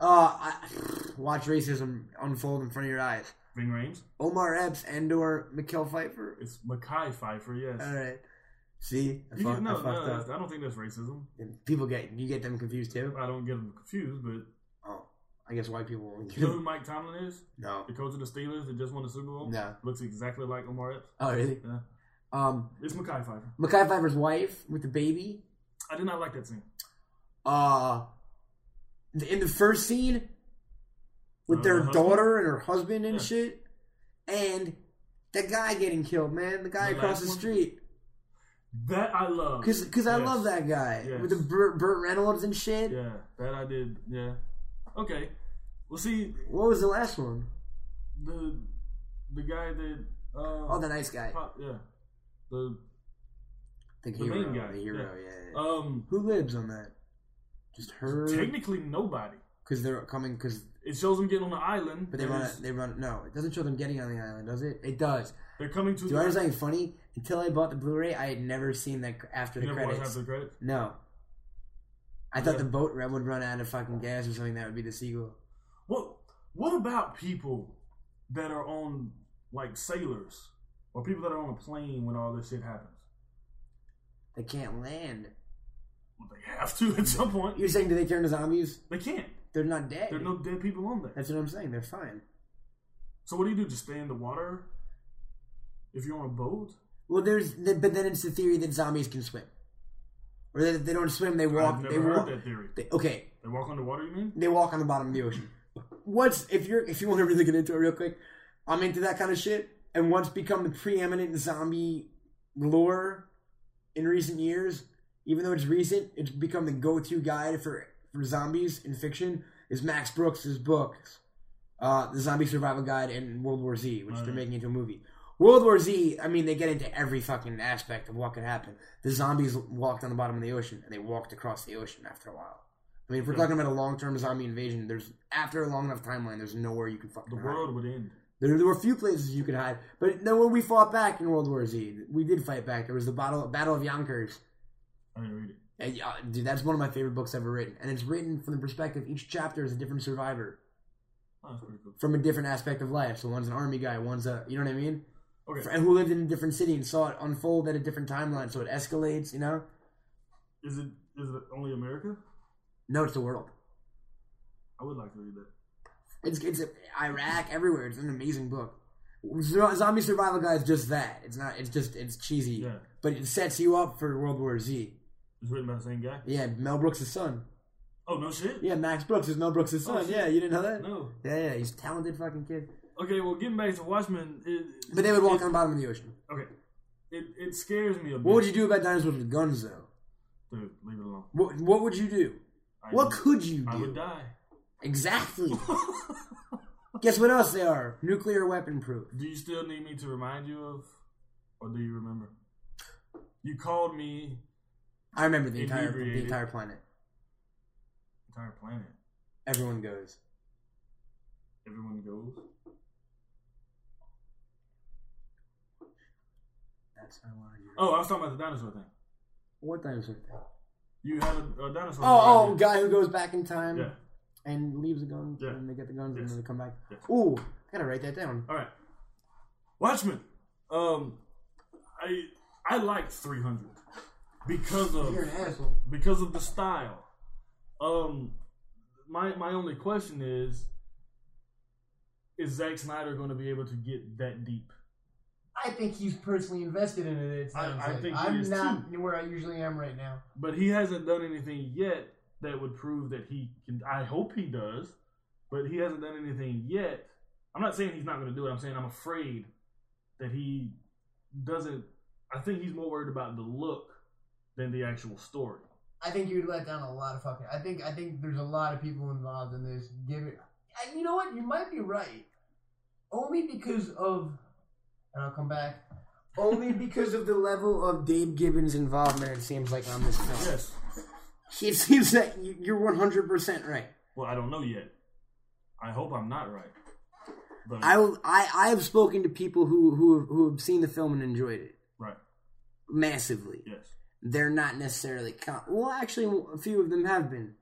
uh, I, watch racism unfold in front of your eyes.
Ring Rames.
Omar Epps and or Mikkel Pfeiffer.
It's Mackay Pfeiffer. Yes.
All right. See, Uh, I,
You
fuck,
get- no,
I
no,
fucked
that's-
up.
I don't think that's racism.
People get you get them confused too.
I don't get them confused, but
Oh, I guess white people won't get
you know who
them.
Mike Tomlin is?
No.
The coach of the Steelers that just won the Super Bowl.
No.
Looks exactly like Omar Epps.
Oh, really?
Yeah.
Um,
It's Mackay Pfeiffer.
Mackay Pfeiffer's wife with the baby.
I did not like that scene.
Uh, th- in the first scene with
Uh,
their
husband?
daughter and her husband and
Yeah.
shit, and the guy getting killed, man. The guy
The
across
last
the
one?
street.
That I love.
Cause, cause I
Yes.
love that guy
Yes.
with the Burt, Burt Reynolds and shit.
Yeah, that I did. Yeah. Okay. Well, see,
What was the last one?
the the guy that uh,
Oh, the nice guy,
pop, yeah, the
the,
the
hero,
main guy,
the hero. Yeah.
yeah.
yeah.
um,
Who lives on that? Just her.
technically nobody.
Cause they're coming. Cause
It shows them getting on the island,
but they
and
run.
it's-
They run. No, it doesn't show them getting on the island, does it? It does.
They're coming to.
Do you want to something funny? Until I bought the Blu-ray, I had never seen that c- after
You
the
never watched
credits.
after the credits.
No. I thought
Yeah.
the boat run- would run out of fucking gas or something. That would be the sequel.
What What about people that are on like sailors or people that are on a plane when all this shit happens?
They can't land.
Well, they have to at some point.
You're saying do they turn to zombies?
They can't.
They're not dead.
There are no dead people on there.
That's what I'm saying. They're fine.
So what do you do? Just stay in the water? If you're on a boat?
Well, there's, th- but then it's the theory that zombies can swim, or that if they don't swim, they walk.
I've never
they
heard
walk.
that theory.
They, okay,
They walk underwater, you mean?
they walk on the bottom of the ocean. What's if you're if you want to really get into it real quick? I'm into that kind of shit, and what's become the preeminent zombie lore in recent years. Even though it's recent, it's become the go-to guide for for zombies in fiction. Is Max Brooks' books, uh, the Zombie Survival Guide and World War Z, which they're making into a movie. World War Z, I mean, they get into every fucking aspect of what could happen. The zombies walked on the bottom of the ocean, and they walked across the ocean after a while. I mean, if we're talking about a long-term zombie invasion, there's after a long enough timeline, there's nowhere you can fucking
The
hide.
world would end.
There, there were a few places you could hide, but then when we fought back in World War Z, we did fight back. There was the battle Battle of Yonkers.
I didn't read it.
And, uh, dude, that's one of my favorite books ever written, and it's written from the perspective each chapter is a different survivor
Oh, that's pretty cool.
from a different aspect of life. So one's an army guy, one's a you know what I mean,
Okay.
and who lived in a different city and saw it unfold at a different timeline. So it escalates, you know.
Is it is it only America?
No, it's the world.
I would like to read that.
It's it's Iraq everywhere. It's an amazing book. Zo- Zombie Survival Guide is just that. It's not. It's just it's cheesy,
Yeah.
but it sets you up for World War Z.
It's written by the same guy.
Yeah, Mel Brooks' son.
Oh no shit?
Yeah, Max Brooks is Mel Brooks' son.
Oh, shit.
yeah, you didn't know that?
No.
Yeah, yeah, he's a talented fucking kid.
Okay, well getting back to Watchmen it,
But they would walk on the bottom of the ocean.
Okay. It it scares me a bit.
What would you do about dinosaurs with guns, though?
Dude, leave it alone.
What, what would you do?
I
What
would-
could you
I would
do?
die.
Exactly. Guess what else they are? Nuclear weapon proof.
Do you still need me to remind you of, or do you remember? You called me
I remember the entire the
Inebriated.
entire planet.
entire planet.
Everyone goes.
Everyone goes.
That's what I wanted you.
Oh, I was talking about the dinosaur thing.
What dinosaur?
You had a, a dinosaur.
Oh, oh,
thing,
guy who goes back in time
right? Yeah.
and leaves the guns,
Yeah.
and they get the guns, and
Yes.
then they come back.
Yes.
Ooh, I gotta write that down.
All right. Watchmen. Um, I I liked 300 because of
You're an asshole.
because of the style. Um, my my only question is, is Zack Snyder going to be able to get that deep?
I think he's personally invested in it. It
I-
sounds
I
like.
think he
I'm
is
not where I usually am right now.
But he hasn't done anything yet that would prove that he can. I hope he does, but he hasn't done anything yet. I'm not saying he's not going to do it. I'm saying I'm afraid that he doesn't. I think he's more worried about the look than the actual story.
I think you'd let down a lot of fucking. I think I think there's a lot of people involved in this. Give it. And you know what? You might be right. Only because of, and I'll come back.
Only because of the level of Dave Gibbons' involvement, it seems like on this film.
Yes.
It seems that you- you're 100% right.
Well, I don't know yet. I hope I'm not right. But
I will. I I have spoken to people who who have- who have seen the film and enjoyed it
right.
massively.
Yes.
They're not necessarily com- well. Actually, a few of them have been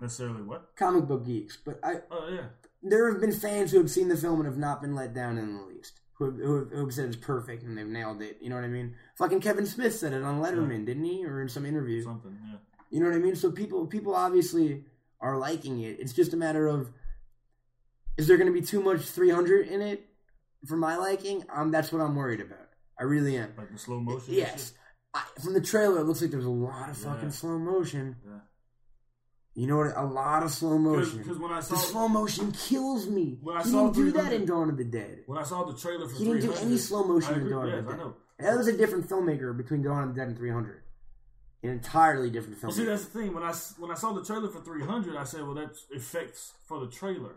Necessarily what?
comic book geeks, but I
Oh yeah.
there have been fans who have seen the film and have not been let down in the least. Who have, who have, who have said it's perfect and they've nailed it. You know what I mean? Fucking Kevin Smith said it on Letterman, didn't he? Or in some interview.
Something. Yeah.
You know what I mean? So people people obviously are liking it. It's just a matter of is there going to be too much 300 in it for my liking? Um, that's what I'm worried about. I really am.
Like the slow motion. and
Yes.
shit?
I, from the trailer, it looks like there's a lot of fucking
Yeah.
slow motion.
Yeah.
You know what? A lot of slow motion.
Because when I
The
saw
slow motion kills me.
When I
he
saw
didn't do that
300
in Dawn of the Dead.
when I saw the trailer for
He didn't do
300,
any slow motion
I
in
agree,
Dawn
yes,
of the
I
Dead.
know.
That was a different filmmaker between Dawn of the Dead and 300. An entirely different
Well, see,
filmmaker.
that's the thing. When I s- when I saw the trailer for 300, I said, "Well, that's effects for the trailer."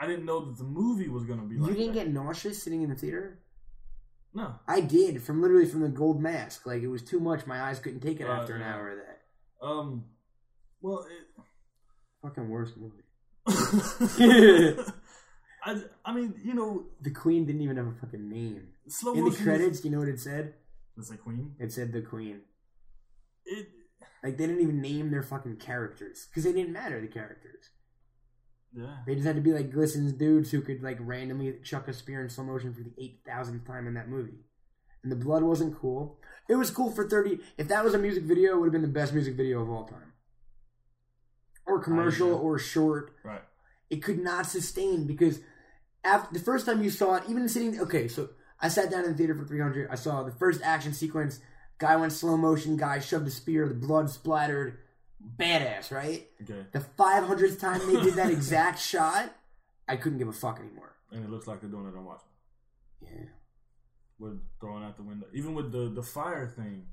I didn't know that the movie was going to be
you
like
didn't
that.
get nauseous sitting in the theater?
no.
I did from literally from the gold mask. Like it was too much. My eyes couldn't take it
Uh,
after an
yeah.
hour of that.
Um, well, it,
Fucking worst movie.
I, I mean, you know,
The Queen didn't even have a fucking name.
slow
In the
motion.
credits, you know what it said?
It's like Queen.
It said the Queen.
It
Like they didn't even name their fucking characters because they didn't matter the characters.
yeah.
They just had to be like glistens dudes who could like randomly chuck a spear in slow motion for the eight thousandth time in that movie. And the blood wasn't cool. It was cool for thirty. If that was a music video, it would have been the best music video of all time. Or commercial,
agree.
or short.
Right.
it could not sustain because after the first time you saw it, even sitting okay, so I sat down in the theater for 300. I saw the first action sequence. Guy went slow motion. Guy shoved a spear. The blood splattered. Badass, right?
Okay.
The 500th time they did that exact shot, I couldn't give a fuck anymore.
And it looks like they're doing it on Watchmen.
Yeah.
We're throwing out the window. Even with the the fire thing,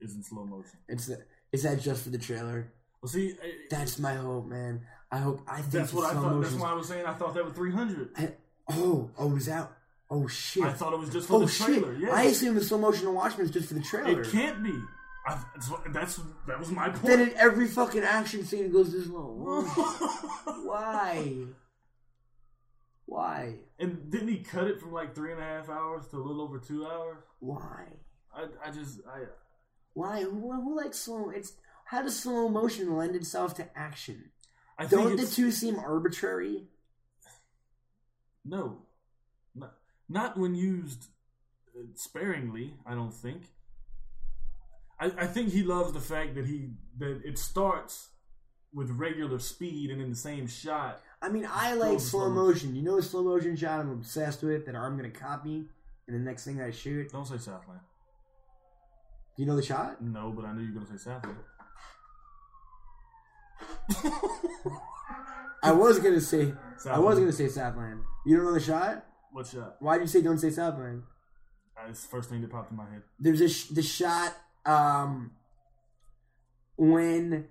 is in slow motion.
It's the, is that just for the trailer?
Well, see, I-
That's my hope, man. I hope. I think
that's
the
what I
slow
thought. That's
motion's-
why I was saying I thought that was 300.
I, oh, oh, was that? Oh shit!
I thought it was just for
oh
the
shit!
trailer. Yeah.
I assumed the slow motion of Watchmen is just for the trailer.
It can't be. I, that's, what- that's that was my
Then
point.
in every fucking action scene, it goes this long. Why? Why?
and didn't he cut it from like three and a half hours to a little over two hours?
Why?
I, I just I
Why? Who, who likes slow? It's how does slow motion lend itself to action?
I think
Don't the
it's,
two seem arbitrary?
no, not, not when used uh, sparingly. I don't think. I, I think he loves the fact that he that it starts with regular speed and in the same shot.
I mean, I
Slow
like
to
slow
slow
motion. You know, a slow motion shot I'm obsessed with that I'm gonna copy, and the next thing I shoot.
Don't say Southland.
Do you know the shot?
No, but I knew you were gonna say Southland.
I was gonna say. I was
Southland.
gonna say Southland. You don't know the shot?
What shot?
Why do you say don't say Southland?
That's the first thing that popped in my head.
there's a sh- the shot um when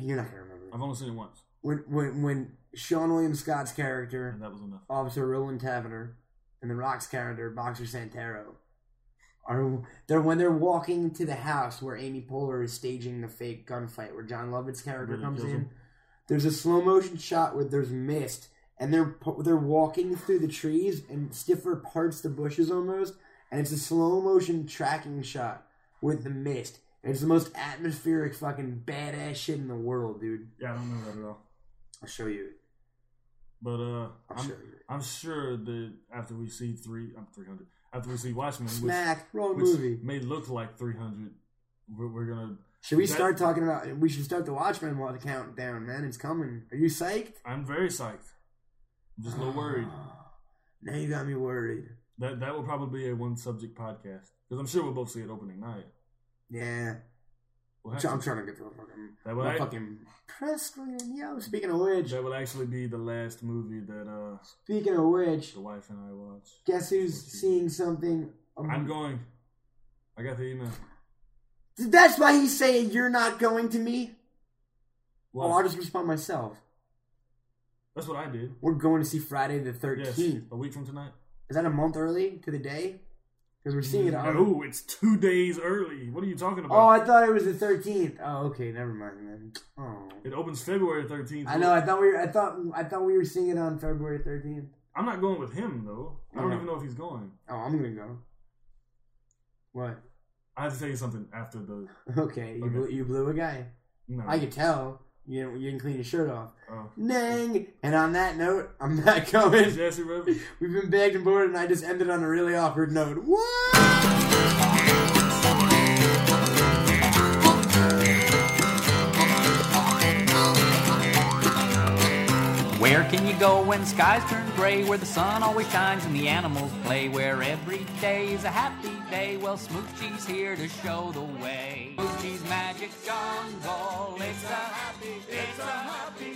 you're not gonna remember
I've only seen it once.
when when when Sean William Scott's character,
and that was enough.
Officer Roland Taverner, and the Rock's character, Boxer Santero, are they're when they're walking to the house where Amy Poehler is staging the fake gunfight where John Lovett's character
Really
comes
kills
in.
him.
There's a slow motion shot where there's mist, and they're pu- they're walking through the trees, and Stifler parts the bushes almost, and it's a slow motion tracking shot with the mist. And it's the most atmospheric fucking badass shit in the world, dude.
Yeah, I don't know that at all.
I'll show you. it.
But uh,
I'll
I'm
show you. it.
I'm sure that after we see three, I'm 300. After we see Watchmen, which,
Smack, wrong
which
movie.
may look like 300, we're, we're gonna.
Should we
That-
start talking about? We should start the Watchmen while the countdown, man. It's coming. Are you psyched?
I'm very psyched. I'm just a little worried.
Ah. Now you got me worried.
That that will probably be a one subject podcast because I'm sure we'll both see it opening night.
Yeah,
We'll
I'm,
have
try- I'm
to.
trying to get to a fucking,
That would,
my
ac-
fucking press screen. Yo, speaking of which,
that would actually be the last movie that uh
speaking of which,
the wife and I watch.
guess who's seeing something? Um,
I'm going. I got the email.
That's why he's saying you're not going to me.
Well,
Oh, I'll just respond myself.
that's what I did.
We're going to see Friday the 13th.
Yes, a week from tonight.
Is that a month early to the day? Because we're seeing it. on-
No, it's two days early. What are you talking about?
Oh, I thought it was the 13th. Oh, okay, never mind then. Oh.
It opens February 13th.
I know. I thought we were. I thought. I thought we were seeing it on February thirteenth.
I'm not going with him though. I don't
Yeah.
even know if he's going.
Oh, I'm gonna go. What?
I have to tell you something after the.
Okay, you
Okay.
Blew, you blew a guy.
No.
I could tell. You didn't, you didn't clean your shirt off.
Oh.
Nang. And on that note, I'm not going.
Jesse Rivers.
We've been bagged and boarded, and I just ended on a really awkward note. What?
Where can you go when the skies turn gray? Where the sun always shines and the animals play? Where every day is a happy day? Well, Smoochie's here to show the way. Smoochie's Magic Jungle, it's a happy, it's a happy